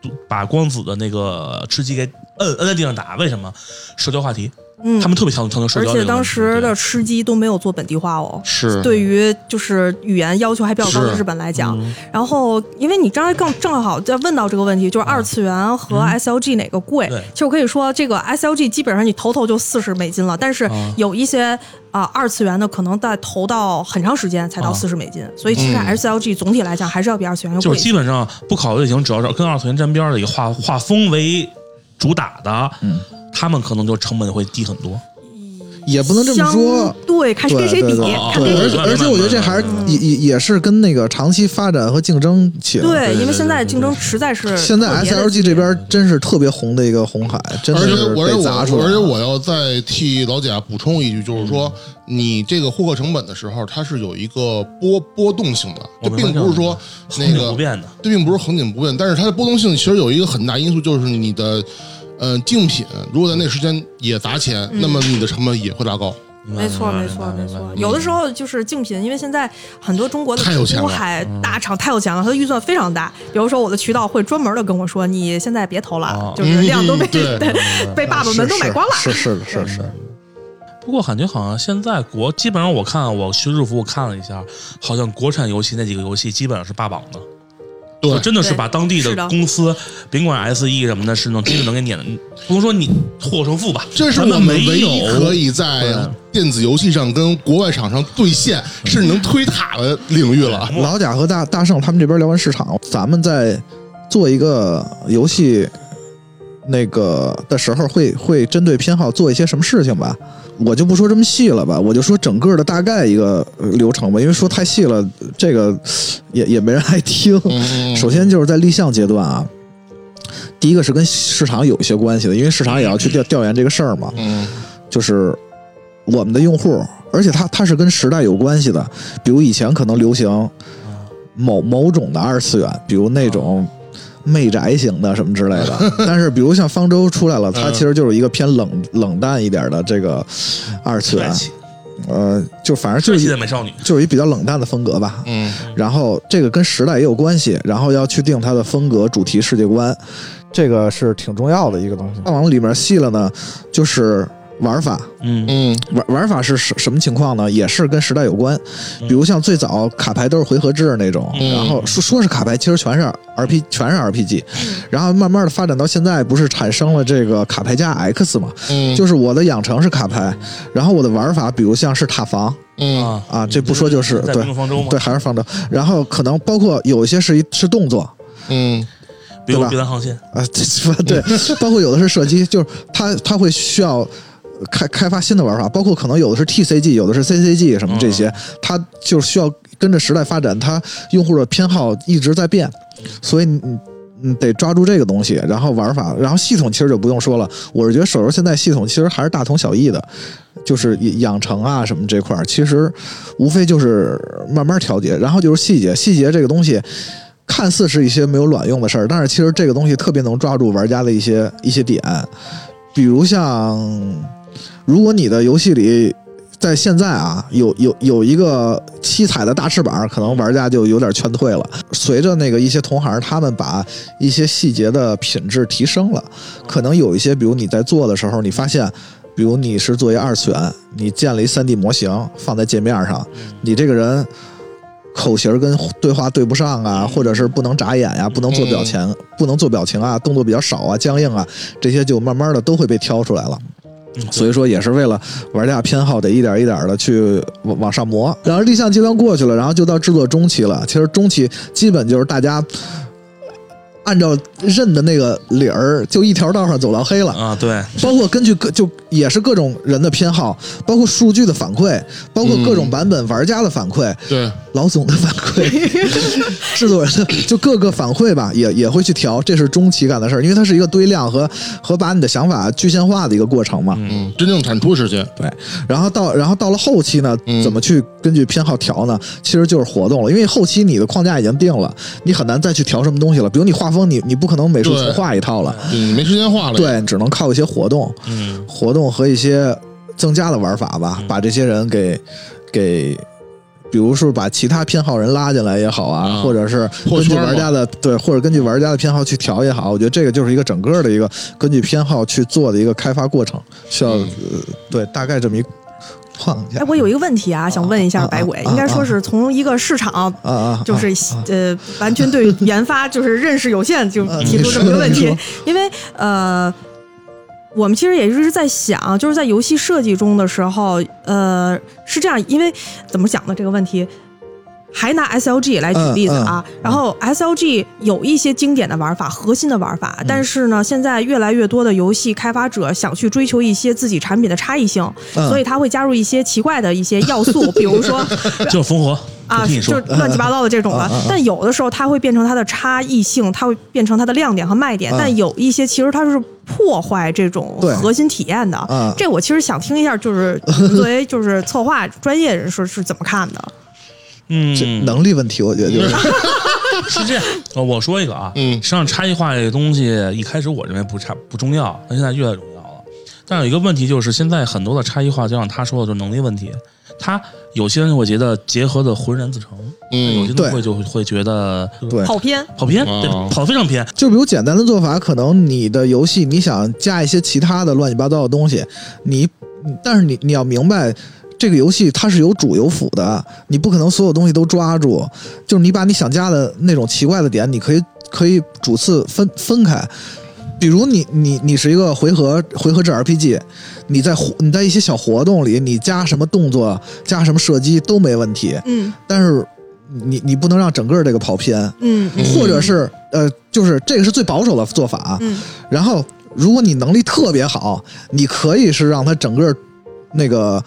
[SPEAKER 3] 独把光子的那个吃鸡给摁摁在地上打？为什么社交话题？
[SPEAKER 4] 嗯
[SPEAKER 3] 他，们特别强强调社
[SPEAKER 4] 而
[SPEAKER 3] 交这个问题。
[SPEAKER 4] 且当时
[SPEAKER 3] 对
[SPEAKER 4] 的吃鸡都没有做本地化哦。
[SPEAKER 1] 是
[SPEAKER 4] 对于就是语言要求还比较高的
[SPEAKER 1] 是
[SPEAKER 4] 日本来讲，
[SPEAKER 3] 嗯
[SPEAKER 4] 然后因为你刚才更正好在问到这个问题，就是二次元和 SLG 哪个贵？
[SPEAKER 3] 嗯对
[SPEAKER 4] 其实我可以说，这个 SLG 基本上你投投就四十美金了，但是有一些啊、二次元的可能在投到很长时间才到
[SPEAKER 3] 啊嗯
[SPEAKER 4] 四十美金，所以其实 SLG 总体来讲还是要比二次元要
[SPEAKER 3] 就
[SPEAKER 4] 贵
[SPEAKER 3] 是
[SPEAKER 4] 一
[SPEAKER 3] 基
[SPEAKER 4] 些。
[SPEAKER 3] 本上不考类型，只要是跟二次元沾边儿的一个画画风为主打的，
[SPEAKER 2] 嗯
[SPEAKER 3] 他们可能就成本会低很多。
[SPEAKER 2] 也不能这么说
[SPEAKER 4] 相。对，看谁跟谁比，
[SPEAKER 2] 对
[SPEAKER 3] 对
[SPEAKER 4] 看
[SPEAKER 3] 对
[SPEAKER 2] 对，而且
[SPEAKER 4] 谁谁比
[SPEAKER 3] 慢慢
[SPEAKER 2] 而且我觉得这还是
[SPEAKER 1] 嗯
[SPEAKER 3] 慢慢
[SPEAKER 2] 也也也是跟那个长期发展和竞争起来。
[SPEAKER 4] 对，因为现在
[SPEAKER 3] 对对
[SPEAKER 4] 竞争实在是
[SPEAKER 2] 现在
[SPEAKER 4] 特别的
[SPEAKER 2] SLG 这边真是特别红的一个红海，真的
[SPEAKER 1] 而且
[SPEAKER 2] 是
[SPEAKER 1] 我而且
[SPEAKER 2] 被
[SPEAKER 1] 我
[SPEAKER 2] 砸出来
[SPEAKER 1] 而且
[SPEAKER 2] 了。
[SPEAKER 1] 我要再替老贾补充一句，就是说，
[SPEAKER 3] 嗯
[SPEAKER 1] 你这个获客成本的时候，它是有一个波波动性的，
[SPEAKER 3] 我
[SPEAKER 1] 这
[SPEAKER 3] 明白
[SPEAKER 1] 并不是说
[SPEAKER 3] 恒
[SPEAKER 1] 那
[SPEAKER 3] 定
[SPEAKER 1] 个
[SPEAKER 3] 不变的。
[SPEAKER 1] 这并不是恒定不变，但是它的波动性其实有一个很大因素，就是你的呃竞品如果在那时间也砸钱，那么
[SPEAKER 2] 嗯
[SPEAKER 1] 你的成本也会拉高。
[SPEAKER 3] 明白
[SPEAKER 4] 没错，
[SPEAKER 3] 明白
[SPEAKER 4] 没错，
[SPEAKER 3] 明白
[SPEAKER 4] 没
[SPEAKER 3] 明白
[SPEAKER 4] 错。
[SPEAKER 3] 明白
[SPEAKER 4] 有的时候就是竞品，因为现在很多中国的
[SPEAKER 1] 太有钱了
[SPEAKER 4] 珠海大厂太有钱了，它的预算非常大。比如说我的渠道会专门的跟我说，你现在别投了
[SPEAKER 3] 哦，
[SPEAKER 4] 就是量都被
[SPEAKER 1] 嗯对
[SPEAKER 4] (laughs) 被爸爸们都买光了。
[SPEAKER 2] 是是是是是是，
[SPEAKER 3] 不过感觉好像现在国基本上我看我去日服我看了一下，好像国产游戏那几个游戏基本上是霸榜的，
[SPEAKER 1] 对，
[SPEAKER 3] 真的是
[SPEAKER 4] 对
[SPEAKER 3] 把当地
[SPEAKER 4] 是
[SPEAKER 3] 的
[SPEAKER 4] 的
[SPEAKER 3] 公司，甭管 SE 什么的，是能基本能给撵，不能说你获胜负吧，
[SPEAKER 1] 这是
[SPEAKER 3] 咱
[SPEAKER 1] 我
[SPEAKER 3] 们
[SPEAKER 1] 们
[SPEAKER 3] 没
[SPEAKER 1] 唯一
[SPEAKER 3] 有
[SPEAKER 1] 可以在电子游戏上跟国外厂商对线，甚至能推塔的领域了。
[SPEAKER 2] 老贾和大大圣他们这边聊完市场，咱们在做一个游戏那个的时候会，会针对偏好做一些什么事情吧？我就不说这么细了吧，我就说整个的大概一个呃流程吧，因为说太细了，这个也也没人爱听。
[SPEAKER 1] 嗯，
[SPEAKER 2] 首先就是在立项阶段啊，第一个是跟市场有一些关系的，因为市场也要去调调研这个事儿嘛。
[SPEAKER 1] 嗯，
[SPEAKER 2] 就是我们的用户，而且它它是跟时代有关系的。比如以前可能流行某某种的二次元，比如那种媚宅型的什么之类的。但是比如像方舟出来了，它
[SPEAKER 1] 嗯
[SPEAKER 2] 其实就是一个偏冷冷淡一点的这个二次
[SPEAKER 3] 帅
[SPEAKER 2] 元，
[SPEAKER 3] 气
[SPEAKER 2] 呃，就反正就
[SPEAKER 3] 帅气的
[SPEAKER 2] 是
[SPEAKER 3] 美少女，
[SPEAKER 2] 就是一比较冷淡的风格吧。
[SPEAKER 1] 嗯
[SPEAKER 2] 然后这个跟时代也有关系，然后要去定它的风格、主题、世界观，这个是挺重要的一个东西。再往里面细了呢，就是玩法，
[SPEAKER 3] 嗯
[SPEAKER 1] 嗯
[SPEAKER 2] 玩玩法是什什么情况呢？也是跟时代有关，比如像最早卡牌都是回合制那种，
[SPEAKER 3] 嗯
[SPEAKER 2] 然后说说是卡牌，其实全是 R P 全是 R P G，
[SPEAKER 1] 嗯
[SPEAKER 2] 然后慢慢的发展到现在，不是产生了这个卡牌加 X 嘛？
[SPEAKER 1] 嗯，
[SPEAKER 2] 就是我的养成是卡牌，然后我的玩法，比如像是塔防
[SPEAKER 1] 嗯
[SPEAKER 3] 啊
[SPEAKER 2] 啊，这不说就是
[SPEAKER 3] 在
[SPEAKER 2] 对
[SPEAKER 3] 冰方舟嘛，
[SPEAKER 2] 对，还是方舟，然后可能包括有一些是一是动作，
[SPEAKER 1] 嗯
[SPEAKER 3] 比如
[SPEAKER 2] 对吧
[SPEAKER 3] 碧蓝航线，
[SPEAKER 2] 啊， (laughs) 对对，包括有的是射击，就是它它会需要开开发新的玩法，包括可能有的是 TCG，有的是 CCG 什么这些，它就是需要跟着时代发展，它用户的偏好一直在变，所以你。你你得抓住这个东西，然后玩法，然后系统其实就不用说了。我是觉得手游现在系统其实还是大同小异的，就是养成啊什么这块儿，其实无非就是慢慢调节，然后就是细节，细节这个东西。看似是一些没有卵用的事儿，但是其实这个东西特别能抓住玩家的一些一些点，比如像，如果你的游戏里在现在啊有有有一个七彩的大翅膀，可能玩家就有点劝退了。随着那个一些同行他们把一些细节的品质提升了，可能有一些，比如你在做的时候，你发现。比如你是做一二次元，你建了一三 D 模型放在界面上，你这个人口型儿跟对话对不上啊，或者是不能眨眼呀、不能做表情、不能做表情啊，动作比较少啊、僵硬啊，这些就慢慢的都会被挑出来了。
[SPEAKER 3] 嗯
[SPEAKER 2] 所以说也是为了玩家偏好，得一点一点的去往往上磨。然后立项阶段过去了，然后就到制作中期了。其实中期基本就是大家按照认的那个理儿，就一条道上走到黑了。
[SPEAKER 3] 啊，对，
[SPEAKER 2] 包括根据各就也是各种人的偏好，包括数据的反馈，包括各种版本玩家的反馈，
[SPEAKER 1] 对，
[SPEAKER 2] 老总的反馈，制作人的就各个反馈吧，也也会去调，这是中期干的事儿，因为它是一个堆量和和把你的想法具现化的一个过程嘛。
[SPEAKER 1] 嗯，真正产出时间，
[SPEAKER 2] 对，然后到然后到了后期呢，怎么去根据偏好调呢？其实就是活动了，因为后期你的框架已经定了，你很难再去调什么东西了。比如你画风，你你不可能美术
[SPEAKER 1] 对
[SPEAKER 2] 重画一套了，
[SPEAKER 1] 对你嗯没时间画了，，
[SPEAKER 2] 对，只能靠一些活动，
[SPEAKER 3] 嗯，
[SPEAKER 2] 活动和一些增加的玩法吧，
[SPEAKER 1] 嗯
[SPEAKER 2] 把这些人给给。比如说把其他偏好人拉进来也好啊，
[SPEAKER 1] 啊
[SPEAKER 2] 或者是
[SPEAKER 1] 破
[SPEAKER 2] 根据
[SPEAKER 1] 圈嘛
[SPEAKER 2] 玩家的对，或者根据玩家的偏好去调也好，我觉得这个就是一个整个的一个根据偏好去做的一个开发过程，需要、
[SPEAKER 1] 嗯
[SPEAKER 2] 呃对大概这么一框架
[SPEAKER 4] 哎，我有一个问题啊，想问一
[SPEAKER 2] 啊
[SPEAKER 4] 下
[SPEAKER 2] 啊
[SPEAKER 4] 百鬼，
[SPEAKER 2] 啊
[SPEAKER 4] 应该说
[SPEAKER 2] 啊
[SPEAKER 4] 是从一个市场
[SPEAKER 2] 啊啊，
[SPEAKER 4] 就是呃，完全
[SPEAKER 2] (laughs)
[SPEAKER 4] 对研发就是认识有限，就
[SPEAKER 2] 呃
[SPEAKER 4] 提出这么一个问
[SPEAKER 2] 你
[SPEAKER 4] 题
[SPEAKER 2] 说，
[SPEAKER 4] 因为呃。我们其实也是在想，就是在游戏设计中的时候，呃，是这样，因为怎么讲呢？这个问题，还拿 SLG 来举例
[SPEAKER 2] 嗯
[SPEAKER 4] 子啊。然后 SLG 有一些经典的玩法，核心的玩法，
[SPEAKER 2] 嗯
[SPEAKER 4] 但是呢，现在越来越多的游戏开发者想去追求一些自己产品的差异性，
[SPEAKER 2] 嗯
[SPEAKER 4] 所以他会加入一些奇怪的一些要素，比如
[SPEAKER 2] (laughs)
[SPEAKER 4] 说
[SPEAKER 3] 就是缝合我
[SPEAKER 4] 啊，
[SPEAKER 3] 跟你
[SPEAKER 4] 就
[SPEAKER 3] 说
[SPEAKER 4] 是，乱七八糟的这种
[SPEAKER 2] 啊
[SPEAKER 4] 了
[SPEAKER 2] 啊啊。
[SPEAKER 4] 但有的时候它会变成它的差异性，它会变成它的亮点和卖点
[SPEAKER 2] 啊。
[SPEAKER 4] 但有一些其实它是破坏这种
[SPEAKER 2] 对
[SPEAKER 4] 核心体验的。
[SPEAKER 2] 啊，
[SPEAKER 4] 这我其实想听一下，就是你们作为就是策划 (laughs) 专业人士是怎么看的？
[SPEAKER 2] 这
[SPEAKER 3] 嗯，
[SPEAKER 2] 能力问题，我觉得就是
[SPEAKER 3] 是
[SPEAKER 2] (laughs)
[SPEAKER 3] 这样。呃我说一个啊，
[SPEAKER 1] 嗯
[SPEAKER 3] 实际上差异化这个东西，一开始我认为不差不重要，但现在越来越重要了。但有一个问题就是，现在很多的差异化，就像他说的，就是能力问题。他有些人会觉得结合的浑然自成，有
[SPEAKER 1] 嗯
[SPEAKER 3] 些
[SPEAKER 2] 对
[SPEAKER 3] 人会就会觉得
[SPEAKER 2] (laughs) 对。
[SPEAKER 4] 跑偏
[SPEAKER 3] 跑偏，
[SPEAKER 1] 哦
[SPEAKER 3] 对，跑得非常偏。
[SPEAKER 2] 就比如简单的做法，可能你的游戏你想加一些其他的乱七八糟的东西，你但是你你要明白，这个游戏它是有主有辅的，你不可能所有东西都抓住。就是你把你想加的那种奇怪的点，你可以可以主次分分开。比如你你你是一个回合回合制 RPG，你在活你在一些小活动里，你加什么动作加什么射击都没问题，
[SPEAKER 4] 嗯
[SPEAKER 2] 但是你你不能让整个这个跑偏。
[SPEAKER 4] 嗯嗯
[SPEAKER 2] 或者是呃，就是这个是最保守的做法啊。
[SPEAKER 4] 嗯
[SPEAKER 2] 然后，如果你能力特别好，你可以是让它整个那个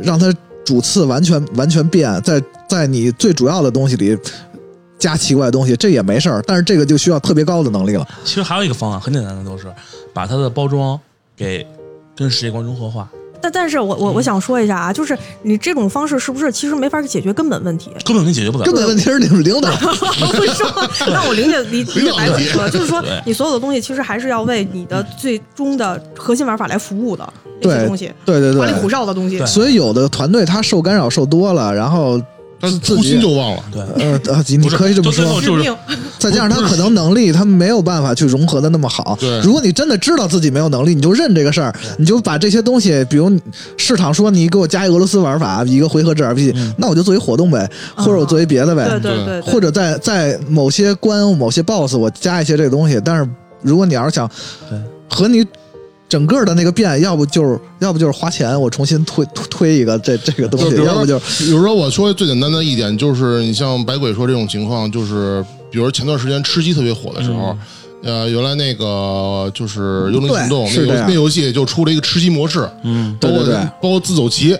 [SPEAKER 2] 让它主次完全完全变，在在你最主要的东西里加奇怪的东西，这也没事儿。但是这个就需要特别高的能力
[SPEAKER 4] 嗯
[SPEAKER 2] 了。
[SPEAKER 3] 其实还有一个方案，很简单的，就是把它的包装给跟世界观融合化，
[SPEAKER 4] 但但是我我我想说一下啊，就是你这种方式是不是其实没法解决根本问题？ (laughs)
[SPEAKER 3] 根本就解决不了
[SPEAKER 2] 根。本问题是你们领导
[SPEAKER 4] 不是说，那我理解理理解白总说，就是说
[SPEAKER 3] 对
[SPEAKER 4] 你所有的东西其实还是要为你的最终的核心玩法来服务的那些
[SPEAKER 2] 对
[SPEAKER 4] 东西，
[SPEAKER 2] 对对
[SPEAKER 4] 花里胡
[SPEAKER 2] 对。
[SPEAKER 4] 哨的东西
[SPEAKER 3] 对。
[SPEAKER 2] 所以有的团队他受干扰受多了，然后
[SPEAKER 1] 他
[SPEAKER 2] 自
[SPEAKER 1] 初
[SPEAKER 2] 己
[SPEAKER 1] 心就忘了，
[SPEAKER 3] 对，
[SPEAKER 2] 呃呃，你
[SPEAKER 3] 是
[SPEAKER 2] 可以这么
[SPEAKER 3] 就最
[SPEAKER 2] 说
[SPEAKER 3] 后哦就，
[SPEAKER 4] 致命，
[SPEAKER 2] 再加上他可能能力，他没有办法去融合的那么好。
[SPEAKER 1] 对
[SPEAKER 2] 如果你真的知道自己没有能力，你就认这个事儿，你就把这些东西，比如你市场说你给我加一个俄罗斯玩法，一个回合制 RPG，、那
[SPEAKER 1] 嗯
[SPEAKER 2] 我就做一活动呗，
[SPEAKER 1] 啊
[SPEAKER 2] 或者我做一别的呗，
[SPEAKER 4] 对对对，
[SPEAKER 2] 或者在在某些关、某些 BOSS 我加一些这个东西。但是如果你要是想
[SPEAKER 3] 对
[SPEAKER 2] 和你整个的那个变，要不就是要不就是花钱我重新推推推一个这这个东
[SPEAKER 1] 就比
[SPEAKER 2] 西，
[SPEAKER 1] 如
[SPEAKER 2] 要
[SPEAKER 1] 说，
[SPEAKER 2] 不就是
[SPEAKER 1] 比如说我说最简单的一点就是，你像百鬼说这种情况，就是比如前段时间吃鸡特别火的时候。
[SPEAKER 3] 嗯
[SPEAKER 1] 呃，原来那个就是《幽灵行动》
[SPEAKER 2] 嗯
[SPEAKER 1] 那游
[SPEAKER 2] 对是这样
[SPEAKER 1] 那游戏就出了一个吃鸡模式，
[SPEAKER 3] 嗯，
[SPEAKER 1] 包
[SPEAKER 2] 对
[SPEAKER 1] 括
[SPEAKER 2] 对对
[SPEAKER 1] 包括自走棋，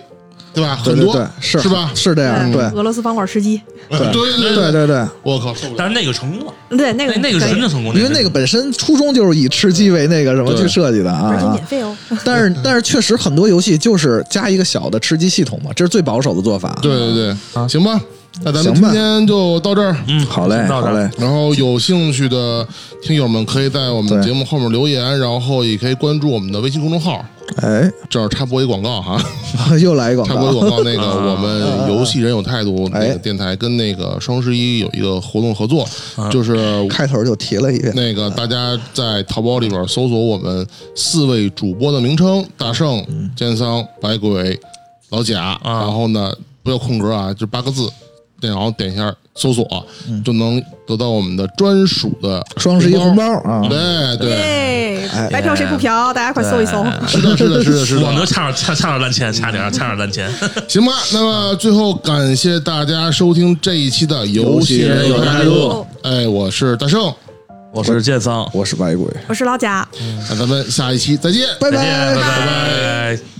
[SPEAKER 1] 对吧？
[SPEAKER 2] 对
[SPEAKER 1] 很
[SPEAKER 2] 对
[SPEAKER 1] 多
[SPEAKER 2] 对，是
[SPEAKER 1] 是吧？嗯
[SPEAKER 2] 是这样，对
[SPEAKER 4] 嗯俄罗斯方块吃鸡，
[SPEAKER 1] 对对
[SPEAKER 2] 对，对对。
[SPEAKER 1] 我靠，受不了！
[SPEAKER 3] 但是那个成功了，
[SPEAKER 4] 对
[SPEAKER 3] 那
[SPEAKER 4] 那个
[SPEAKER 3] 哎那个
[SPEAKER 4] 可
[SPEAKER 3] 是
[SPEAKER 4] 以
[SPEAKER 3] 真正成功，
[SPEAKER 2] 因为那个本身初衷就是以吃鸡为那个什么
[SPEAKER 1] 对
[SPEAKER 2] 去设计的啊
[SPEAKER 4] 而且
[SPEAKER 2] 啊
[SPEAKER 4] 免，费哦。
[SPEAKER 2] 但是但是确实很多游戏就是加一个小的吃鸡系统嘛，这是最保守的做法。啊
[SPEAKER 1] 对对对，行吧，那咱们
[SPEAKER 2] 行
[SPEAKER 1] 今
[SPEAKER 2] 吧
[SPEAKER 1] 天就到这儿。
[SPEAKER 3] 嗯，
[SPEAKER 2] 好嘞，
[SPEAKER 3] 到这
[SPEAKER 2] 好
[SPEAKER 3] 儿
[SPEAKER 2] 嘞，，
[SPEAKER 1] 然后有兴趣的听友们可以在我们
[SPEAKER 2] 对
[SPEAKER 1] 节目后面留言，然后也可以关注我们的微信公众号。
[SPEAKER 2] 哎，
[SPEAKER 1] 这儿插播一广告哈，
[SPEAKER 2] (laughs) 又来一广
[SPEAKER 1] 插播一
[SPEAKER 2] 告，
[SPEAKER 1] 广告，那
[SPEAKER 2] (laughs)
[SPEAKER 1] 个
[SPEAKER 3] 啊
[SPEAKER 1] 我们游戏人有态度那
[SPEAKER 2] 哎
[SPEAKER 1] 个电台跟那个双十一有一个活动合作，
[SPEAKER 2] 啊
[SPEAKER 1] 就是
[SPEAKER 2] 开头就提了一
[SPEAKER 1] (laughs)
[SPEAKER 2] 遍，
[SPEAKER 1] 那个大家在淘宝里边搜索我们四位主播的名称：大圣、
[SPEAKER 2] 嗯
[SPEAKER 1] 啊奸桑、百鬼、老贾，然后呢不要空格啊，就八个字。电脑点一下搜索，就能得到我们的专属的
[SPEAKER 2] 嗯双十一红包啊，
[SPEAKER 1] 对对，
[SPEAKER 4] 耶，
[SPEAKER 2] 哎
[SPEAKER 4] 白嫖谁不嫖？大家快搜一搜。
[SPEAKER 1] 是的，是的，是的，是
[SPEAKER 3] 我们就
[SPEAKER 1] 的。
[SPEAKER 3] 差点差差点烂钱，差点差点烂钱。
[SPEAKER 1] 行吧，那么最后感谢大家收听这一期的游戏人有态度。哎，我是大圣，
[SPEAKER 3] 我是建桑，
[SPEAKER 2] 我是白鬼，
[SPEAKER 4] 我是老贾。
[SPEAKER 1] 那咱们下一期再见，
[SPEAKER 2] 拜
[SPEAKER 3] 再见，
[SPEAKER 2] 拜
[SPEAKER 3] 拜。拜。